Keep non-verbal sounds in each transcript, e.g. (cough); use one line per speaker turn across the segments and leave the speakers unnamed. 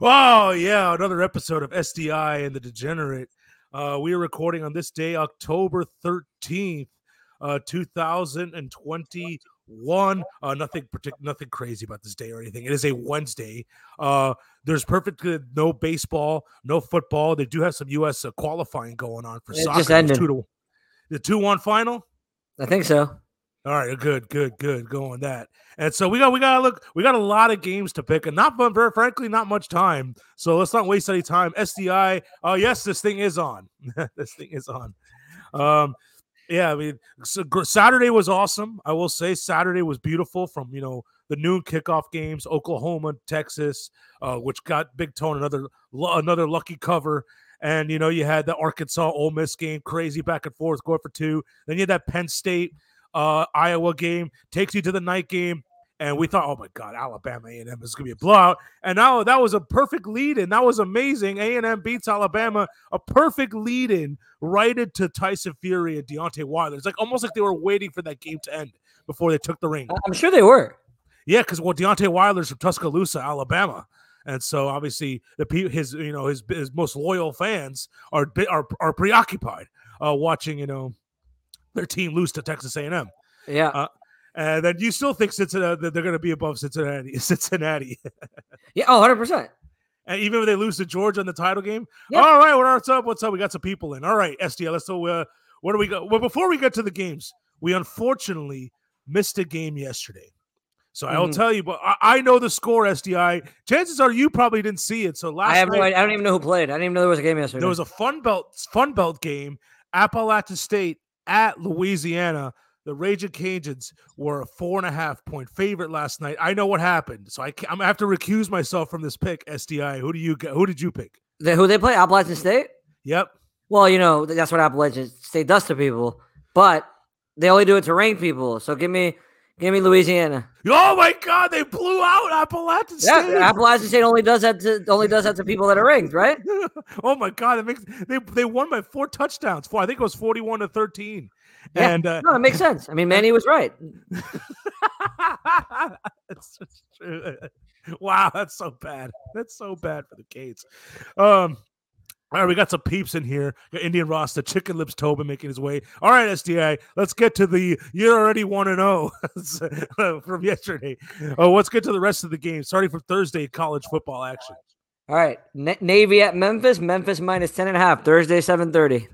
Oh, yeah, another episode of SDI and the Degenerate. Uh, we are recording on this day, October 13th, uh, 2021. Uh, nothing partic- nothing crazy about this day or anything. It is a Wednesday. Uh, there's perfectly no baseball, no football. They do have some U.S. Uh, qualifying going on for
It
soccer.
just ended.
Two to, the 2 1 final?
I think so.
All right, good, good, good. Go on that. And so we got we got look, we got a lot of games to pick, and not but very frankly, not much time. So let's not waste any time. SDI. Oh yes, this thing is on. (laughs) this thing is on. Um, yeah, I mean, so gr- Saturday was awesome. I will say Saturday was beautiful. From you know the noon kickoff games, Oklahoma, Texas, uh, which got Big Tone another lu- another lucky cover. And you know you had the Arkansas Ole Miss game, crazy back and forth, going for two. Then you had that Penn State uh, Iowa game, takes you to the night game, and we thought, oh my God, Alabama A&M is going to be a blowout. And now that was a perfect lead in. That was amazing. A&M beats Alabama, a perfect lead in, right into Tyson Fury and Deontay Wilder. It's like almost like they were waiting for that game to end before they took the ring.
I- I'm sure they were.
Yeah, because well, Deontay Wilder's from Tuscaloosa, Alabama, and so obviously the pe- his you know his his most loyal fans are bi- are are preoccupied uh, watching you know their team lose to Texas A&M.
Yeah.
Uh, And then you still think Cincinnati, that they're going to be above Cincinnati. (laughs) Cincinnati,
yeah. Oh, 100%.
and even if they lose to Georgia in the title game,
Yeah.
all right. What's up? What's up? We got some people in. All right, SDL. Let's so uh, what do we got? Well, before we get to the games, we unfortunately missed a game yesterday. So I will
Mhm.
tell you, but I, I know the score, SDI. Chances are you probably didn't see it. So last
I have
night
no idea. I don't even know who played. I didn't even know there was a game yesterday.
there was a fun belt fun belt game, Appalachian State at Louisiana. The Raging Cajuns were a four and a half point favorite last night. I know what happened, so I ca- I'm gonna have to recuse myself from this pick. SDI, who do you g- who did you pick?
The- who they play? Appalachian State?
Yep,
Well, you know, th- that's what Appalachian State does to people, but they only do it to ranked people. So give me give me Louisiana. (laughs)
Oh my God! They blew out Appalachian State.
Yeah, Appalachian State only does that to only does that to people that are ranked, right?
oh my God! It makes they they won by four touchdowns. Four, I think it was forty-one to thirteen.
Yeah.
And uh, (laughs)
No, it makes sense. I mean, Manny was right.
that's just true. wow, that's so bad. That's so bad for the Cates. Um, all right, we got some peeps in here. Got Indian Ross, the Chicken Lips Tobin making his way. All right, SDI, let's get to the you're already 1 and 0 (laughs) from yesterday. Oh, let's get to the rest of the game, starting from Thursday college football action.
All right, Na- Navy at Memphis. Memphis minus ten and a half. Thursday, seven thirty.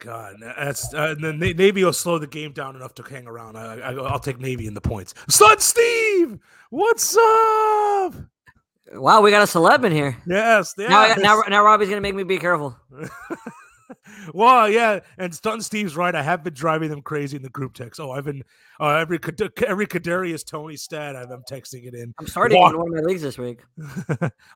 God, that's uh, and then Na- Navy will slow the game down enough to hang around. I, I, I'll take Navy in the points. Son Steve, what's up?
Wow, we got a celeb in here.
Yes,
Now, I
yes.
got- now, now Robbie's gonna make me be careful.
well, yeah, and Stun Steve's right. I have been driving them crazy in the group text. Oh, I've been uh, every Kad- every Kadarius Tony stat. I've, I'm texting it in.
I'm starting
Walk.
in one of my leagues this week.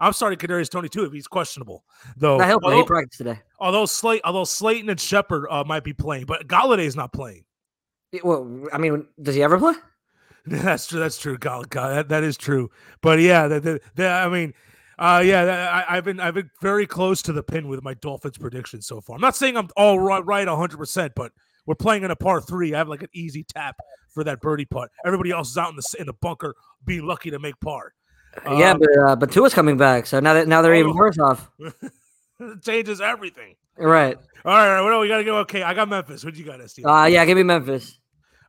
I'm sorry, Kadarius Tony too if he's questionable though.
Now he'll play. He
Although,
practiced today.
although Slate, although Slayton and Shepard uh, might be playing, but Galladay's not playing.
Yeah, Well, I mean, does he ever play?
That's true. That's true. God, God that, that is true. But yeah, that, that, that- I mean, uh, yeah, that, I, I've been I've been very close to the pin with my Dolphins prediction so far. I'm not saying I'm all right, right 100, percent but we're playing in a par three. I have like an easy tap for that birdie putt. Everybody else is out in the s- in the bunker, being lucky to make par.
yeah,
Um,
but uh, but Tua's coming back, so now that now they're
Oh.
even worse off.
it (laughs) changes everything.
Right?
All right, all right, what do we gotta go? Okay, I got Memphis. What you got, SD? all
Uh, yeah, give me Memphis.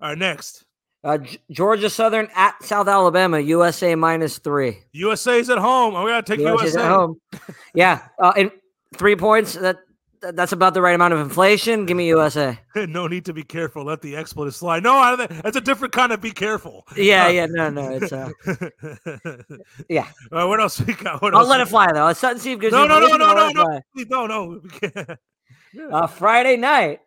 right, next.
Uh, G- Georgia Southern at South Alabama. USA minus three.
USA's at home. I gotta take
USA's
USA.
at home. (laughs) Yeah, uh, and three points. That that- that's about the right amount of inflation. Give me USA.
(laughs) no need to be careful. Let the expletive slide. No, I, that's a different kind of be careful. (laughs) Uh,
Yeah, yeah, no, no, it's uh, yeah.
All right, what else we got? What
(laughs) I'll
else
let
we
it fly though. Sutton Steve gives
No,
me
no, no,
permission,
no,
I'll let
no,
it fly.
got? No, no. we can't.
Uh, Friday night,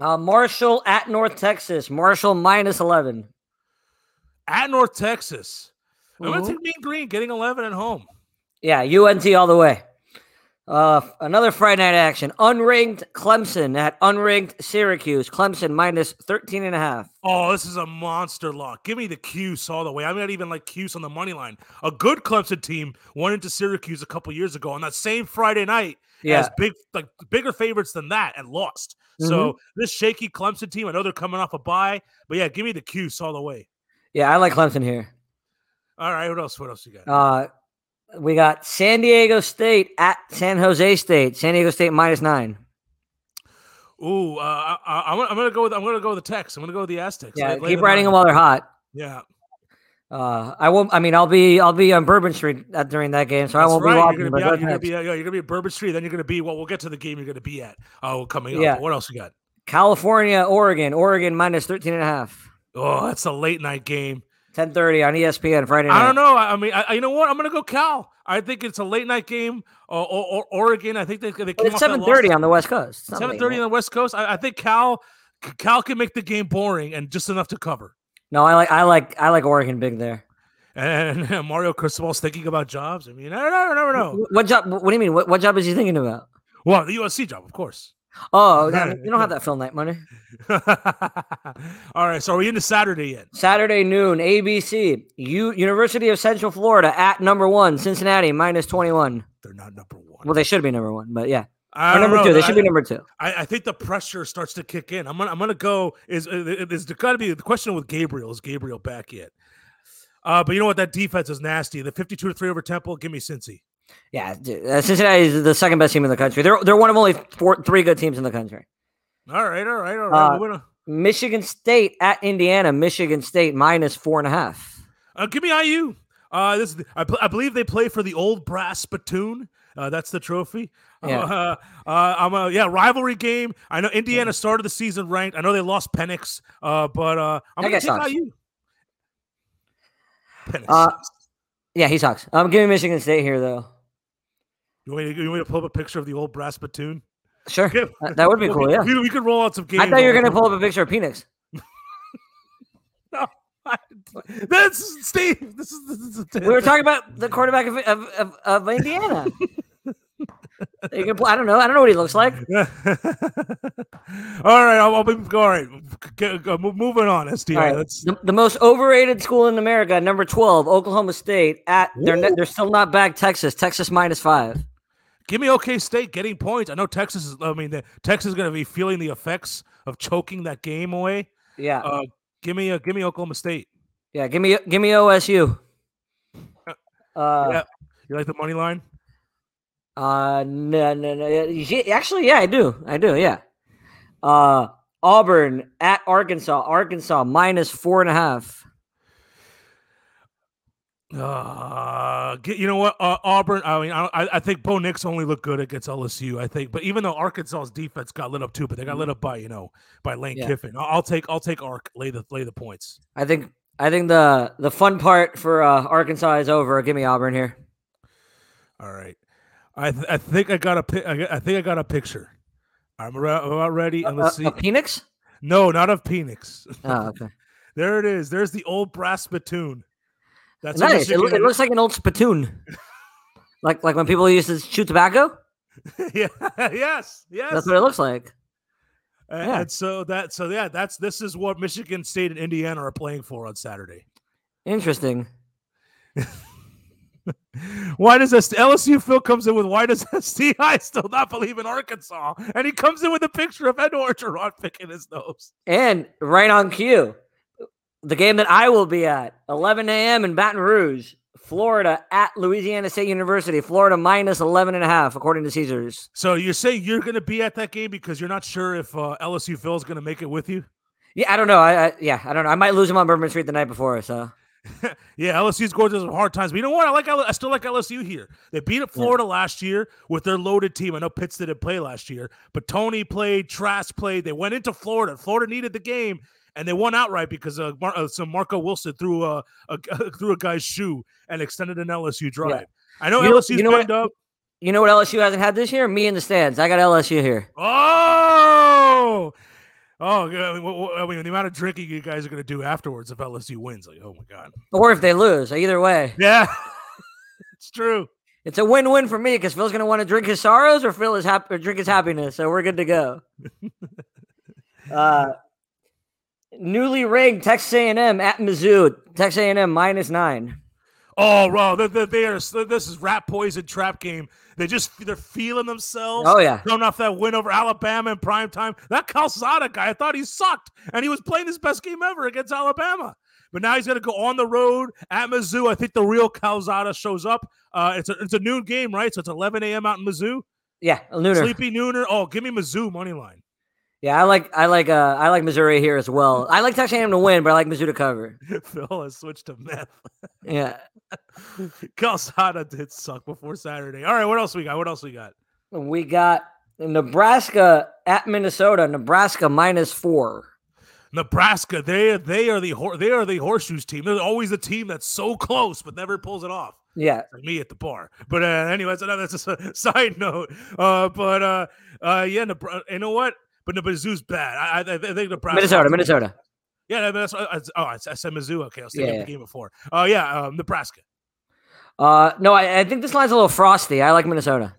uh, Marshall at North Texas. Marshall minus eleven.
at North Texas. I'm
Mhm.
gonna take Mean Green getting 11 at home.
Yeah, UNT all the way. Uh, f- another Friday night action. Unranked Clemson at unranked Syracuse. Clemson minus 13 and a half.
Oh, this is a monster lock. Give me the Cuse all the way. I'm not even like Cuse on the money line. A good Clemson team went into Syracuse a couple years ago on that same Friday night
Yeah.
as big like bigger favorites than that and lost. So
Mm-hmm.
this shaky Clemson team, I know they're coming off a bye, but yeah, give me the Cuse all the way.
Yeah, I like Clemson here.
All right, what else? What else you got?
Uh, We got San Diego State at San Jose State. San Diego State minus nine.
Ooh, uh, I, I, I'm gonna- I'm gonna go with I'm gonna go with the Tex. I'm gonna go with the Aztecs.
Yeah,
Lay- lay
keep
the
riding them
nine.
while they're hot.
Yeah,
Uh, I won't. I mean, I'll be I'll be on Bourbon Street at, during that game, so I
that's
won't
right.
be
You're
watching.
gonna
But
be, out,
that's
you're gonna
next.
be, at- yeah, you're gonna be at Bourbon Street. Then you're gonna be. Well, we'll get to the game. You're gonna be at. Oh, coming up.
Yeah.
What else you got?
California, Oregon, Oregon minus 13 and a half.
Oh, that's a late night game.
1030 on E ESPN Friday night.
I don't know. I I mean, I, I- you know what? I'm gonna go Cal. I think it's a late night game. Or, or, or Oregon. I think they, they
But
came
it's 730 on the West Coast. It's not late
Seven thirty
night.
on the West Coast. I, I think Cal Cal can make the game boring and just enough to cover.
No, I like I like I like Oregon big there.
And, (laughs) Mario Cristobal's thinking about jobs. I mean, I don't know. I don't know.
Wh- What job? What do you mean? What, what job is he thinking about?
Well, the USC job, of course. (laughs)
Oh, that- you don't have that film night money.
All right. So are we into Saturday yet?
Saturday noon, ABC, U- University of Central Florida at number one, Cincinnati minus 21.
They're not number one.
Well, they should be number one, but yeah,
I
or
don't
number
know.
two. They
I-
should be number two.
I, I think the pressure starts to kick in. I'm gonna I'm gonna go. Is uh, there's got to be the question with Gabriel? Is Gabriel back yet? Uh, but you know what? That defense is nasty. The 52 to three over Temple. Give me Cincy.
Yeah, d- uh, Cincinnati is the second best team in the country. They're they're one of only four, three good teams in the country.
All right. All right. All right.
Uh,
We're gonna-
Michigan State at Indiana. Michigan State minus four and a half.
Uh, give me IU. Uh, this is the- I, pl- I believe they play for the old brass spittoon. Uh, that's the trophy. (laughs)
Yeah.
Uh, uh, I'm a yeah rivalry game. I know Indiana started the season ranked. I know they lost Pennix. Uh, but uh, I'm
That
gonna
guy
take
sucks.
IU. Penix.
Uh, Yeah, he sucks. I'm giving Michigan State here though.
you, want me to, you want me to pull up a picture of the old brass (laughs) platoon?
Sure, Uh,
Okay.
that, that would be cool. Yeah,
we, we could roll out some games.
I thought you were gonna
on-
pull up a picture of Phoenix.
(laughs) That's Steve. This is, this is
We were talking about the quarterback of of, of, of
(laughs)
Indiana. you can, pull- I don't know. I don't know what he looks like.
all right, I'll, I'll be (laughs) all right. G- g- mo- moving on, SDI.
All right,
Let's
The, the most overrated school in America, number twelve, Oklahoma State. At they're ne- they're still not back. Texas, Texas minus five.
give me OK State getting points. I know Texas is. I mean, the, Texas is going to be feeling the effects of choking that game away.
Yeah,
Uh, give me, uh, give me Oklahoma State.
yeah. Give me give me OSU. Uh,
yeah. You like the money line?
Uh, no, no, no. yeah, ye- Actually, yeah, I do. I do. Yeah. Uh, Auburn at Arkansas. Arkansas minus four and a half.
Uh, get, you know what? Uh, Auburn. I mean, I, I I think Bo Nix only looked good against LSU. I think, but even though Arkansas's defense got lit up too, but they got lit up by you know by Lane
Mm-hmm. Yeah.
Kiffin. I'll, I'll take I'll take Ark. Lay the lay the points.
I think. I think the the fun part for uh, Arkansas is over. Give me Auburn here.
All right. I th- I think I got a pi- I, got- I think I got a picture. I'm ra- I'm about ready. And
Uh,
let's see.
uh,
(laughs)
Phoenix.
No, not of Phoenix.
Oh, okay.
There it is. There's the old brass platoon. That's what
nice. It, loo- it
Michigan-
looks like an old spittoon, like like when people used to shoot tobacco.
(laughs) yeah. yes. Yes.
That's what it looks like.
A-
yeah.
And so that so yeah, that's this is what Michigan State and Indiana are playing for on Saturday.
Interesting.
Why does this LSU Phil comes in with why does (laughs) STI still not believe in Arkansas? And he comes in with a picture of Ed Orgeron picking his nose.
And right on cue, the game that I will be at 11 a.m. in Baton Rouge, Florida at Louisiana State University. Florida minus 11 and a half, according to Caesars.
So you're saying you're going to be at that game because you're not sure if uh, LSU Phil's going to make it with you?
Yeah, I don't know. I, I yeah, I don't know. I might lose him on Bourbon Street the night before. So
Yeah, LSU's going through some hard times. But you know what? I like. L- I still like LSU here. They beat up Florida last year with their loaded team. I know Pitts didn't play last year, but Tony played, Trask played. They went into Florida. Florida needed the game, and they won outright because uh, Mar- uh, some Marco Wilson threw a, a (laughs) threw a guy's shoe and extended an LSU drive. I know
You know-
LSU's
you know what-
banged up.
you know what LSU hasn't had this year? Me in the stands. I got LSU here.
Oh, oh, yeah, I mean, wh- wh- I mean, the amount of drinking you guys are going to do afterwards if LSU wins, like, oh my god,
Or if they lose, either way,
yeah, (laughs) it's true.
it's a win-win for me because Phil's gonna want to drink his sorrows or Phil is happy or drink his happiness. So we're good to go. (laughs) uh, newly ranked Texas A&M at Mizzou. Texas A&M minus nine.
Oh, bro, they, they, they are. s- This is rat poison trap game. They just they're feeling themselves.
Oh yeah,
Coming off that win over Alabama in prime time, that Calzada guy, I thought he sucked, and he was playing his best game ever against Alabama. But now he's going to go on the road at Mizzou. I think the real Calzada shows up. Uh, it's a it's a noon game, right? So it's 11 a.m. out in Mizzou.
Yeah, a Lunar.
Sleepy nooner. Oh, give me Mizzou money line. (laughs)
Yeah, I like I like uh I like Missouri here as well. I like Texas A&M to win, but I like Mizzou to cover.
Phil has switched to meth.
Yeah.
Calzada did suck before Saturday. All right, what else we got? What else we got?
We got Nebraska at Minnesota. Nebraska minus four.
Nebraska, they they are the hor- they are the horseshoes team. They're always the team that's so close but never pulls it off.
Yeah.
Like me at the bar. But uh, anyway, that's another that's just a (laughs) side note. Uh, but uh, uh, yeah, Nebra- you know what? But Mizzou's bad. I, I, I think Nebraska.
Minnesota, Minnesota.
Yeah, that's what I, oh, I said Mizzou. Okay, I was thinking
Yeah,
of the game before. Oh yeah, um, Nebraska. (laughs)
Uh no, I, I think this line's a little frosty. I like Minnesota.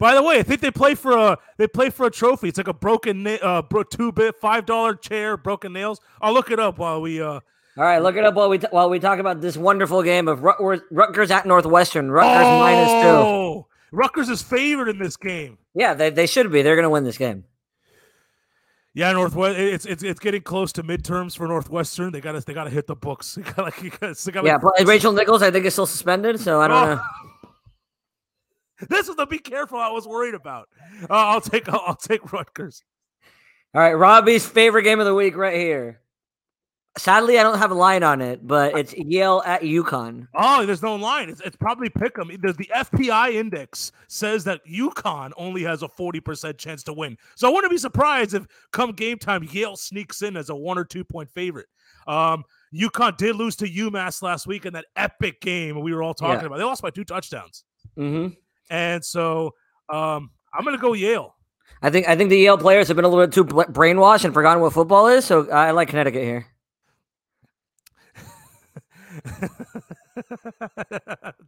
By the way, I think they play for a they play for a trophy. It's like a broken na- uh bro- two bit five dollar chair, broken nails. I'll look it up while we uh
All right, look it up while we t- while we talk about this wonderful game of Rutgers, Rutgers at Northwestern. Rutgers minus two.
oh, Rutgers is favored in this game.
Yeah, they, they should be. They're going to win this game.
Yeah, Northwest. It's it's it's getting close to midterms for Northwestern. They got to they got to hit the books. (laughs) They got like, they got
Yeah, but Rachel Nichols, I think, is still suspended, so I don't know.
(laughs) This is the be careful I was worried about. Uh, I'll take I'll, I'll take Rutgers.
All right, Robbie's favorite game of the week right here. Sadly, I don't have a line on it, but it's Yale at UConn.
Oh, there's no line. It's, it's probably pick 'em. There's the FPI index says that UConn only has a 40% chance to win. So I wouldn't be surprised if come game time Yale sneaks in as a one or two point favorite. Um, UConn did lose to UMass last week in that epic game we were all talking
Yeah.
about. They lost by two touchdowns,
hmm
and so um, I'm gonna go Yale. (laughs)
I think I think the Yale players have been a little bit too bla- brainwashed and forgotten what football is, so I like Connecticut here.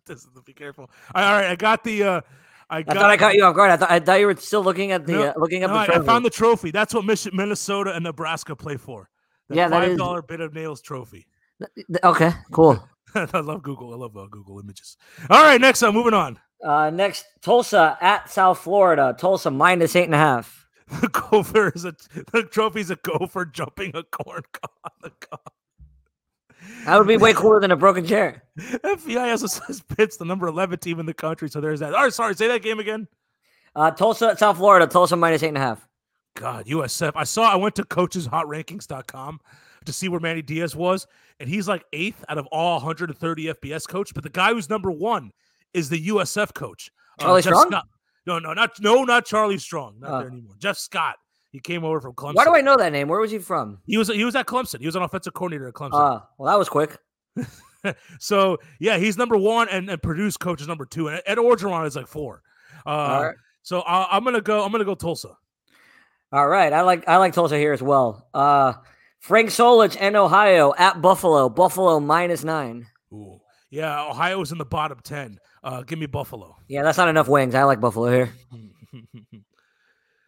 this is be careful. All right, I got the. Uh, I
I
got.
thought I caught you off guard. I thought I thought you were still looking at the
No,
uh, looking up
No,
the
I, I
trophy.
found the trophy. That's what Michi- Minnesota and Nebraska play for. The
Yeah, that
five
is-
dollar bit of nails trophy. (laughs)
Th- Okay, cool.
I love Google. I love uh, Google Images. All right, next up, moving on. (laughs)
Uh, next, Tulsa at South Florida. Tulsa minus eight and a half.
The gopher is a the trophy's a gopher jumping a corn cob on the cob.
That would
(laughs)
be way cooler than a broken chair.
FBI also says Pitt's the number eleven team in the country, so there's that. All right, sorry, say that game again.
Uh, Tulsa at South Florida. Tulsa minus eight and a half.
God, USF. I saw I went to coacheshotrankings.com to see where Manny Diaz was, and he's like eighth out of all 130 FBS coach. But the guy who's number one is the USF coach. uh,
Charlie
Jeff
Strong?
Scott. No, no, not no, not Charlie Strong. Not
Oh.
there anymore. Jeff Scott. He came over from Clemson.
Why do I know that name? Where was he from?
He was he was at Clemson. He was an offensive coordinator at Clemson.
Uh, well, that was quick.
so yeah, he's number one, and, and Purdue's coach is number two, and Ed Orgeron is like four. Uh,
All right.
So I, I'm gonna go. I'm gonna go Tulsa.
All right, I like I like Tulsa here as well. Uh, Frank Solich and Ohio at Buffalo. Buffalo minus nine.
Ooh. Yeah, Ohio's in the bottom 10. Uh, give me Buffalo.
Yeah, that's not enough wings. I like Buffalo here.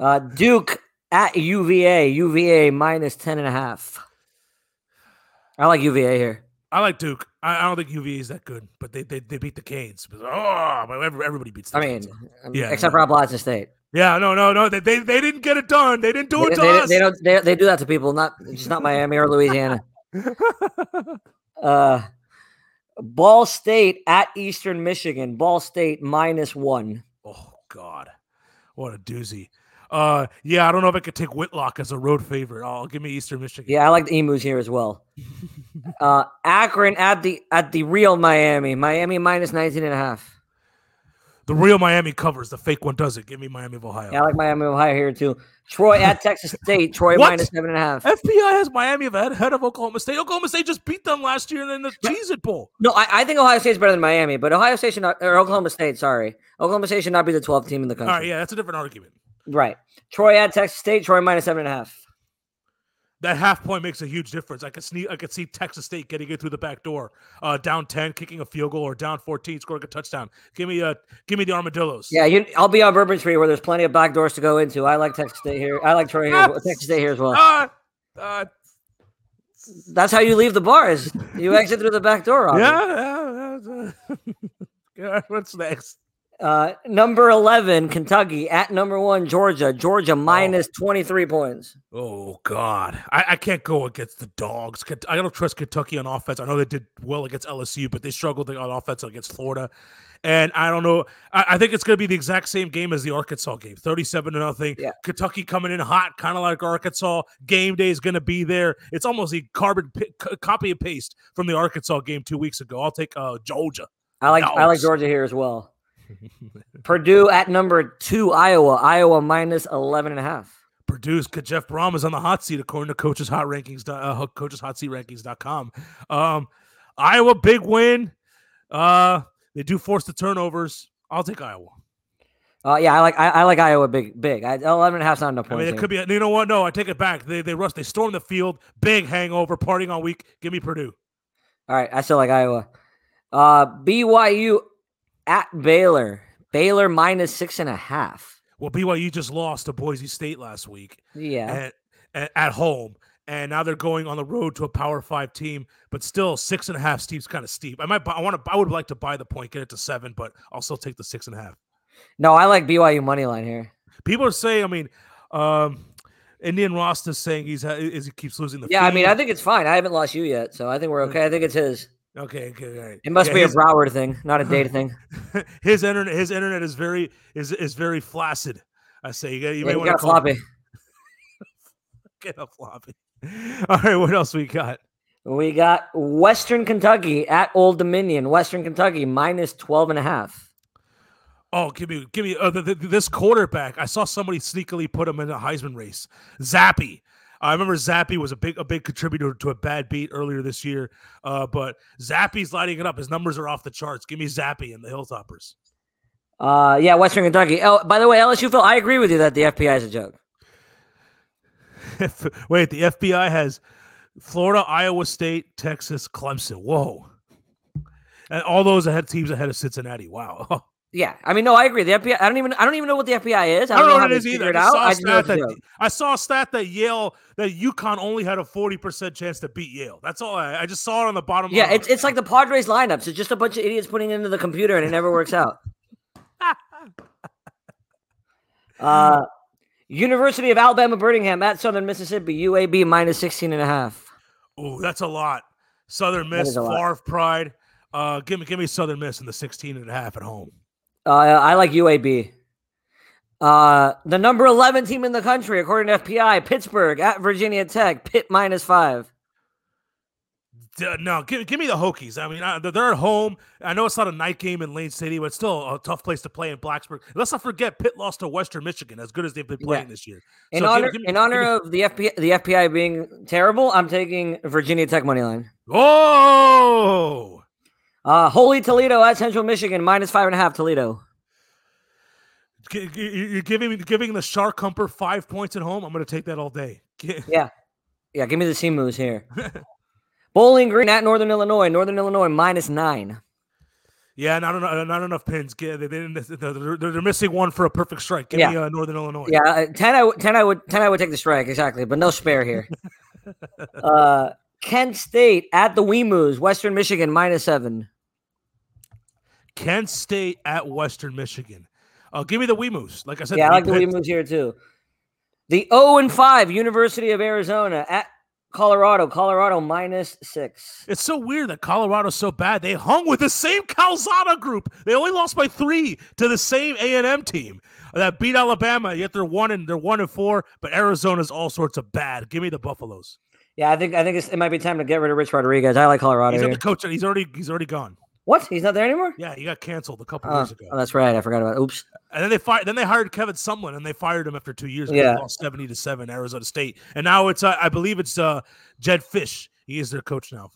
Uh, Duke at UVA. UVA minus ten and a half. I like UVA here.
(laughs) I like Duke. I, I don't think UVA is that good, but they they, they beat the Canes. But, oh, but every- everybody beats the
I mean,
Canes.
yeah,
(laughs) Yeah,
except for Appalachian State.
yeah, no, no, no. They, they, they didn't get it done. They didn't do
They,
it to
they-
us.
they don't. They, they do that to people. Not just not Miami or Louisiana. uh, Ball State at Eastern Michigan. Ball State minus one.
oh, God. What a doozy. Uh, yeah, I don't know if I could take Whitlock as a road favorite. Oh, give me Eastern Michigan.
Yeah, I like the emus here as well. uh, Akron at the at the real Miami. Miami minus 19 and a half.
The real Miami covers. The fake one doesn't. Give me Miami of Ohio.
Yeah, I like Miami Ohio here too. Troy at Texas State. Troy
What?
minus seven and a half.
FBI has Miami ahead, ahead of Oklahoma State. Oklahoma State just beat them last year in the Cheez It Bowl.
No, I, I think Ohio State's better than Miami, but Ohio State should not or Oklahoma State, sorry. Oklahoma State should not be the 12th team in the
All
country.
right, yeah, that's a different argument.
Right. Troy at Texas State, Troy minus seven and a half.
that half point makes a huge difference. I could see I could see Texas State getting it through the back door, uh, down ten, kicking a field goal, or down fourteen, scoring a touchdown. Give me uh, give me the armadillos.
Yeah, you, I'll be on Bourbon Street where there's plenty of back doors to go into. I like Texas State here. I like Troy here. as well- Texas State here as well.
Uh, uh,
That's how you leave the bars. You exit through the back door.
(laughs)
Robbie.
yeah, yeah, yeah. yeah. What's next?
Uh, Uh, number 11, Kentucky at number one, Georgia. Georgia minus 23 points.
Oh God, I, I can't go against the dogs. Kent- I don't trust Kentucky on offense. I know they did well against LSU, but they struggled on offense against Florida. And I don't know. I, I think it's going to be the exact same game as the Arkansas game, thirty-seven to nothing.
Yeah.
Kentucky coming in hot, kind of like Arkansas. Game day is going to be there. It's almost a carbon pi- c- copy and paste from the Arkansas game two weeks ago. I'll take uh, Georgia.
I like I like
Dogs.
Georgia here as
(laughs)
well. Purdue at number two, Iowa. Iowa minus 11 and a half.
Purdue's could Jeff Brom is on the hot seat according to coaches hot rankings dot- uh, coaches hot seat rankings.com. Um Iowa big win. Uh they do force the turnovers. I'll take Iowa.
Uh, yeah, I like I, I like Iowa big big. I, 11 and a half's not enough
I
point.
mean, it could be you know what? No, I take it back. They they rush, they storm the field, big hangover, partying all week. Give me Purdue.
All right, I still like Iowa. Uh, BYU at Baylor. Baylor minus six and a half.
Well, BYU just lost to Boise State last week
Yeah,
at, at, at home. And now they're going on the road to a power five team, but still six and a half steep's kind of steep. I might buy, I want to I would like to buy the point, get it to seven, but I'll still take the six and a half.
no, I like BYU money line here.
People are saying, I mean, um, Indian Ross is saying he's ha- is he keeps losing the.
Yeah, I mean, I
feed.
think it's fine. I haven't lost you yet, so I think we're okay. I think it's his.
okay, okay, all right.
It must
Yeah,
be a
his,
Broward thing, not a data thing.
(laughs) his internet. His internet is very is is very flaccid. I say you, gotta- you
Yeah,
may
you
want to
got
call
floppy.
(laughs) Get a floppy. (laughs) All right, what else we got?
We got Western Kentucky at Old Dominion. Western Kentucky minus 12 and a half.
Oh, give me, give me uh, th- th- this quarterback. I saw somebody sneakily put him in a Heisman race. Zappy. I remember Zappy was a big, a big contributor to a bad beat earlier this year. Uh, but Zappy's lighting it up. His numbers are off the charts. Give me Zappy and the Hilltoppers.
Uh, yeah, Western Kentucky. Oh, by the way, LSU Phil, I agree with you that the FPI is a joke.
F- Wait, the FBI has Florida, Iowa State, Texas, Clemson. Whoa. And all those ahead teams ahead of Cincinnati. Wow. (laughs)
Yeah, I mean, no, I agree. The FBI. I don't even. I don't even know what the FBI is.
I don't know
how
what it
they
is either.
figure
I
it
just
out.
saw,
I
a
just know
stat
it's a
that,
joke.
I saw a stat that Yale, that UConn only had a 40% chance to beat Yale. That's all I, I just saw it on the bottom
Yeah,
line.
it's it's like the Padres lineups. It's just a bunch of idiots putting it into the computer, and it never
(laughs)
works out. uh, University of Alabama Birmingham at Southern Mississippi UAB minus 16 and a half.
Ooh, that's a lot. Southern
That is
Miss,
a lot.
Favre Pride. Uh, give me give me Southern Miss in the 16 and a half at home.
Uh, I like UAB. Uh, the number 11 team in the country, according to FPI, Pittsburgh at Virginia Tech, Pitt minus five.
D- No, give, give me the Hokies. I mean, I, they're- they're at home. I know it's not a night game in Lane City, but it's still a tough place to play in Blacksburg. Let's not forget Pitt lost to Western Michigan, as good as they've been
Yeah.
playing this year. So
In
give-
honor,
give me-
in
give
honor
me-
of the FPI, the FPI being terrible, I'm taking Virginia Tech money line.
Oh,
Uh, Holy Toledo at Central Michigan minus five and a half. Toledo.
G- g- you- you're giving me- giving the Shark Humper five points at home. I'm going to take that all day. G-
Yeah, give me the
(laughs)
Seamoos here. Bowling Green at Northern Illinois. Northern Illinois minus nine.
Yeah, not enough, not enough pins. G- They didn't, they're, they're- they're missing one for a perfect strike. Give
Yeah.
me uh, Northern Illinois.
Yeah, uh, ten. I w- ten. I would ten. I would take the strike exactly, but no
(laughs)
spare here. uh, Kent State at the Weemoos. Western Michigan minus seven.
Kent State at Western Michigan. Uh, give me the Weemoose. Like I said,
Yeah, I
they
like the
picked-
Weemoos here too. The zero and five University of Arizona at Colorado. Colorado minus six.
It's so weird that Colorado's so bad. They hung with the same Calzada group. They only lost by three to the same A and M team that beat Alabama. Yet they're one and they're one and four. But Arizona's all sorts of bad. Give me the Buffaloes.
Yeah, I think I think it's, it might be time to get rid of Rich Rodriguez. I like Colorado
He's not
here.
the coach. He's already he's already gone.
What? He's not there anymore.
Yeah, he got canceled a couple
Uh,
years ago.
oh, that's right. I forgot about. Oops.
And then they fired. Then they hired Kevin Sumlin, and they fired him after two years. because
Yeah.
they lost seventy to seven Arizona State. And now it's uh, I believe it's uh, Jed Fish. He is their coach now.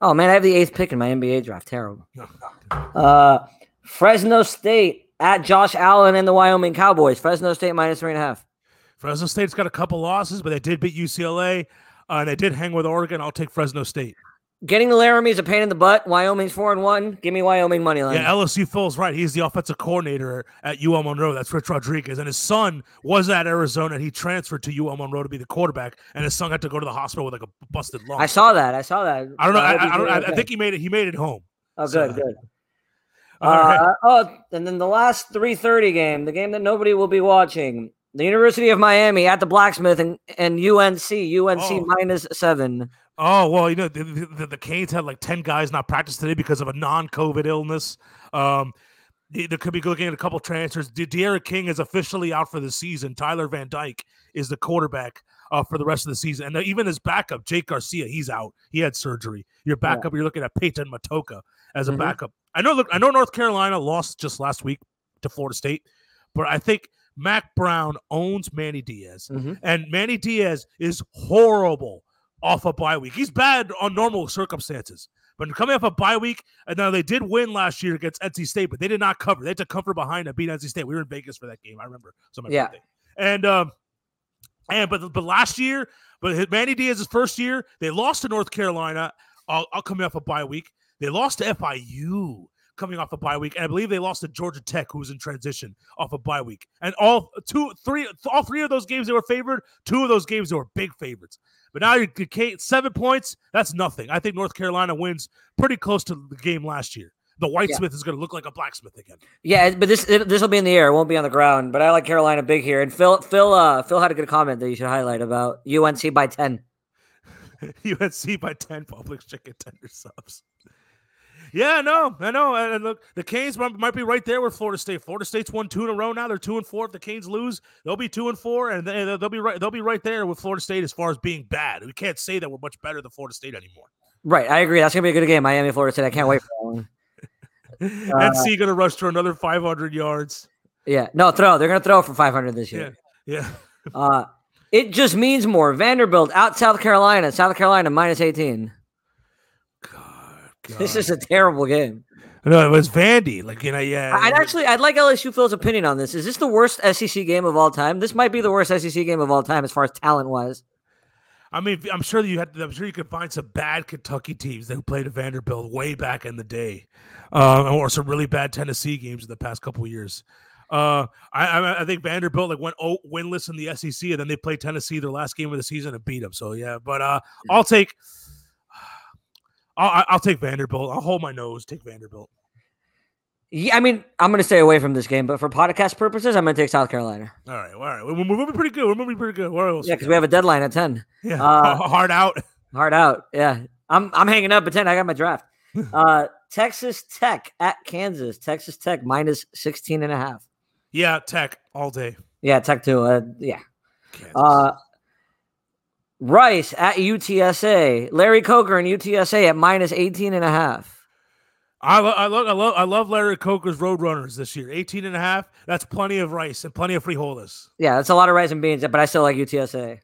Oh man, I have the eighth pick in my NBA draft. Terrible.
No.
Uh, Fresno State at Josh Allen and the Wyoming Cowboys. Fresno State minus three and a half.
Fresno State's got a couple losses, but they did beat UCLA, uh, and they did hang with Oregon. I'll take Fresno State.
Getting to Laramie is a pain in the butt. Wyoming's four and one. Give me Wyoming money line.
Yeah, LSU Phil's right. He's the offensive coordinator at UL Monroe. That's Rich Rodriguez. And his son was at Arizona and he transferred to UL Monroe to be the quarterback. And his son had to go to the hospital with like a busted lung.
I
I,
saw that. I saw that.
don't know.
hope
I, I,
he's
I don't,
doing
I, I
okay.
think he made it. He made it home.
Oh,
so-
good, good.
(laughs) All right.
Uh, oh, and then the last 3:30 game, the game that nobody will be watching, the University of Miami at the Blacksmith and, and UNC, UNC
Oh.
minus seven.
Oh well, you know the, the, the- the Canes had like ten guys not practice today because of a non-COVID illness. Um, they- there could be looking at a couple transfers. De- De'Aaron King is officially out for the season. Tyler Van Dyke is the quarterback uh, for the rest of the season, and even his backup, Jake Garcia, he's out. He had surgery. Your
Yeah.
backup, you're looking at Peyton Matoka as a
Mhm.
backup. I know. Look, I know North Carolina lost just last week to Florida State, but I think Mac Brown owns Manny Diaz
Mhm.
and Manny Diaz is horrible off a bye week. He's bad on normal circumstances, but coming off a bye week, and now they did win last year against NC State, but they did not cover. They had to cover behind and beat NC State. We were in Vegas for that game. I remember. So my
Yeah.
birthday. And um, and but but last year, but his- Manny Diaz's first year, they lost to North Carolina. I'll, I'll coming off a bye week. They lost to FIU coming off a bye week, and I believe they lost to Georgia Tech, who was in transition off a bye week. And all two, three, all three of those games they were favored. Two of those games they were big favorites. But now you're you can't- seven points. That's nothing. I think North Carolina wins pretty close to the game last year. The Whitesmith is going to look like a blacksmith again. (laughs)
Yeah, but this this will be in the air. It won't be on the ground. But I like Carolina big here. And Phil Phil uh, Phil had a good comment that you should highlight about UNC by ten.
UNC by 10 Publix chicken tender subs. Yeah, I know. I know. And and look, the Canes might, might be right there with Florida State. Florida State's won two in a row now. They're two and four. If the Canes lose, they'll be two and four, and they, they'll be right. They'll be right there with Florida State as far as being bad. We can't say that we're much better than Florida State anymore.
Right, I agree. That's gonna be a good game. Miami, Florida State. I can't wait for that one.
Uh, NC gonna rush for another 500 yards.
Yeah, no throw. They're gonna throw for five hundred this year.
Yeah, yeah.
(laughs) Uh, it just means more. Vanderbilt out South Carolina. South Carolina minus 18.
God,
This
God.
is a terrible game.
no. It was Vandy. Like you know, yeah.
I- I'd
yeah.
actually, I'd like LSU Phil's opinion on this. Is this the worst SEC game of all time? This might be the worst SEC game of all time as far as talent wise.
I mean, I'm sure you had. I'm sure you could find some bad Kentucky teams that played at Vanderbilt way back in the day, um, or some really bad Tennessee games in the past couple of years. Uh, I, I I think Vanderbilt like went oh, winless in the SEC, and then they played Tennessee their last game of the season and beat them. So yeah, but uh, I'll take. (sighs) I'll, I'll take Vanderbilt. I'll hold my nose. Take Vanderbilt.
Yeah, I mean, I'm going to stay away from this game, but for podcast purposes, I'm going to take South Carolina.
All right, all right. We're, we're moving pretty good. We're moving pretty good. Where else?
Yeah, because we have a deadline at 10.
yeah.
uh,
hard out.
Hard out. Yeah. I'm I'm hanging up at 10. I got my draft. Uh, Texas Tech at Kansas. Texas Tech minus 16 and a half.
Yeah, Tech all day.
Yeah, Tech too. Uh, yeah.
Kansas.
Uh, Rice at UTSA. Larry Coker and UTSA at minus 18 and a half.
I, lo- I love I love I love Larry Coker's Roadrunners this year. 18 and a half. That's plenty of rice and plenty of frijoles.
Yeah, that's a lot of rice and beans, but I still like UTSA.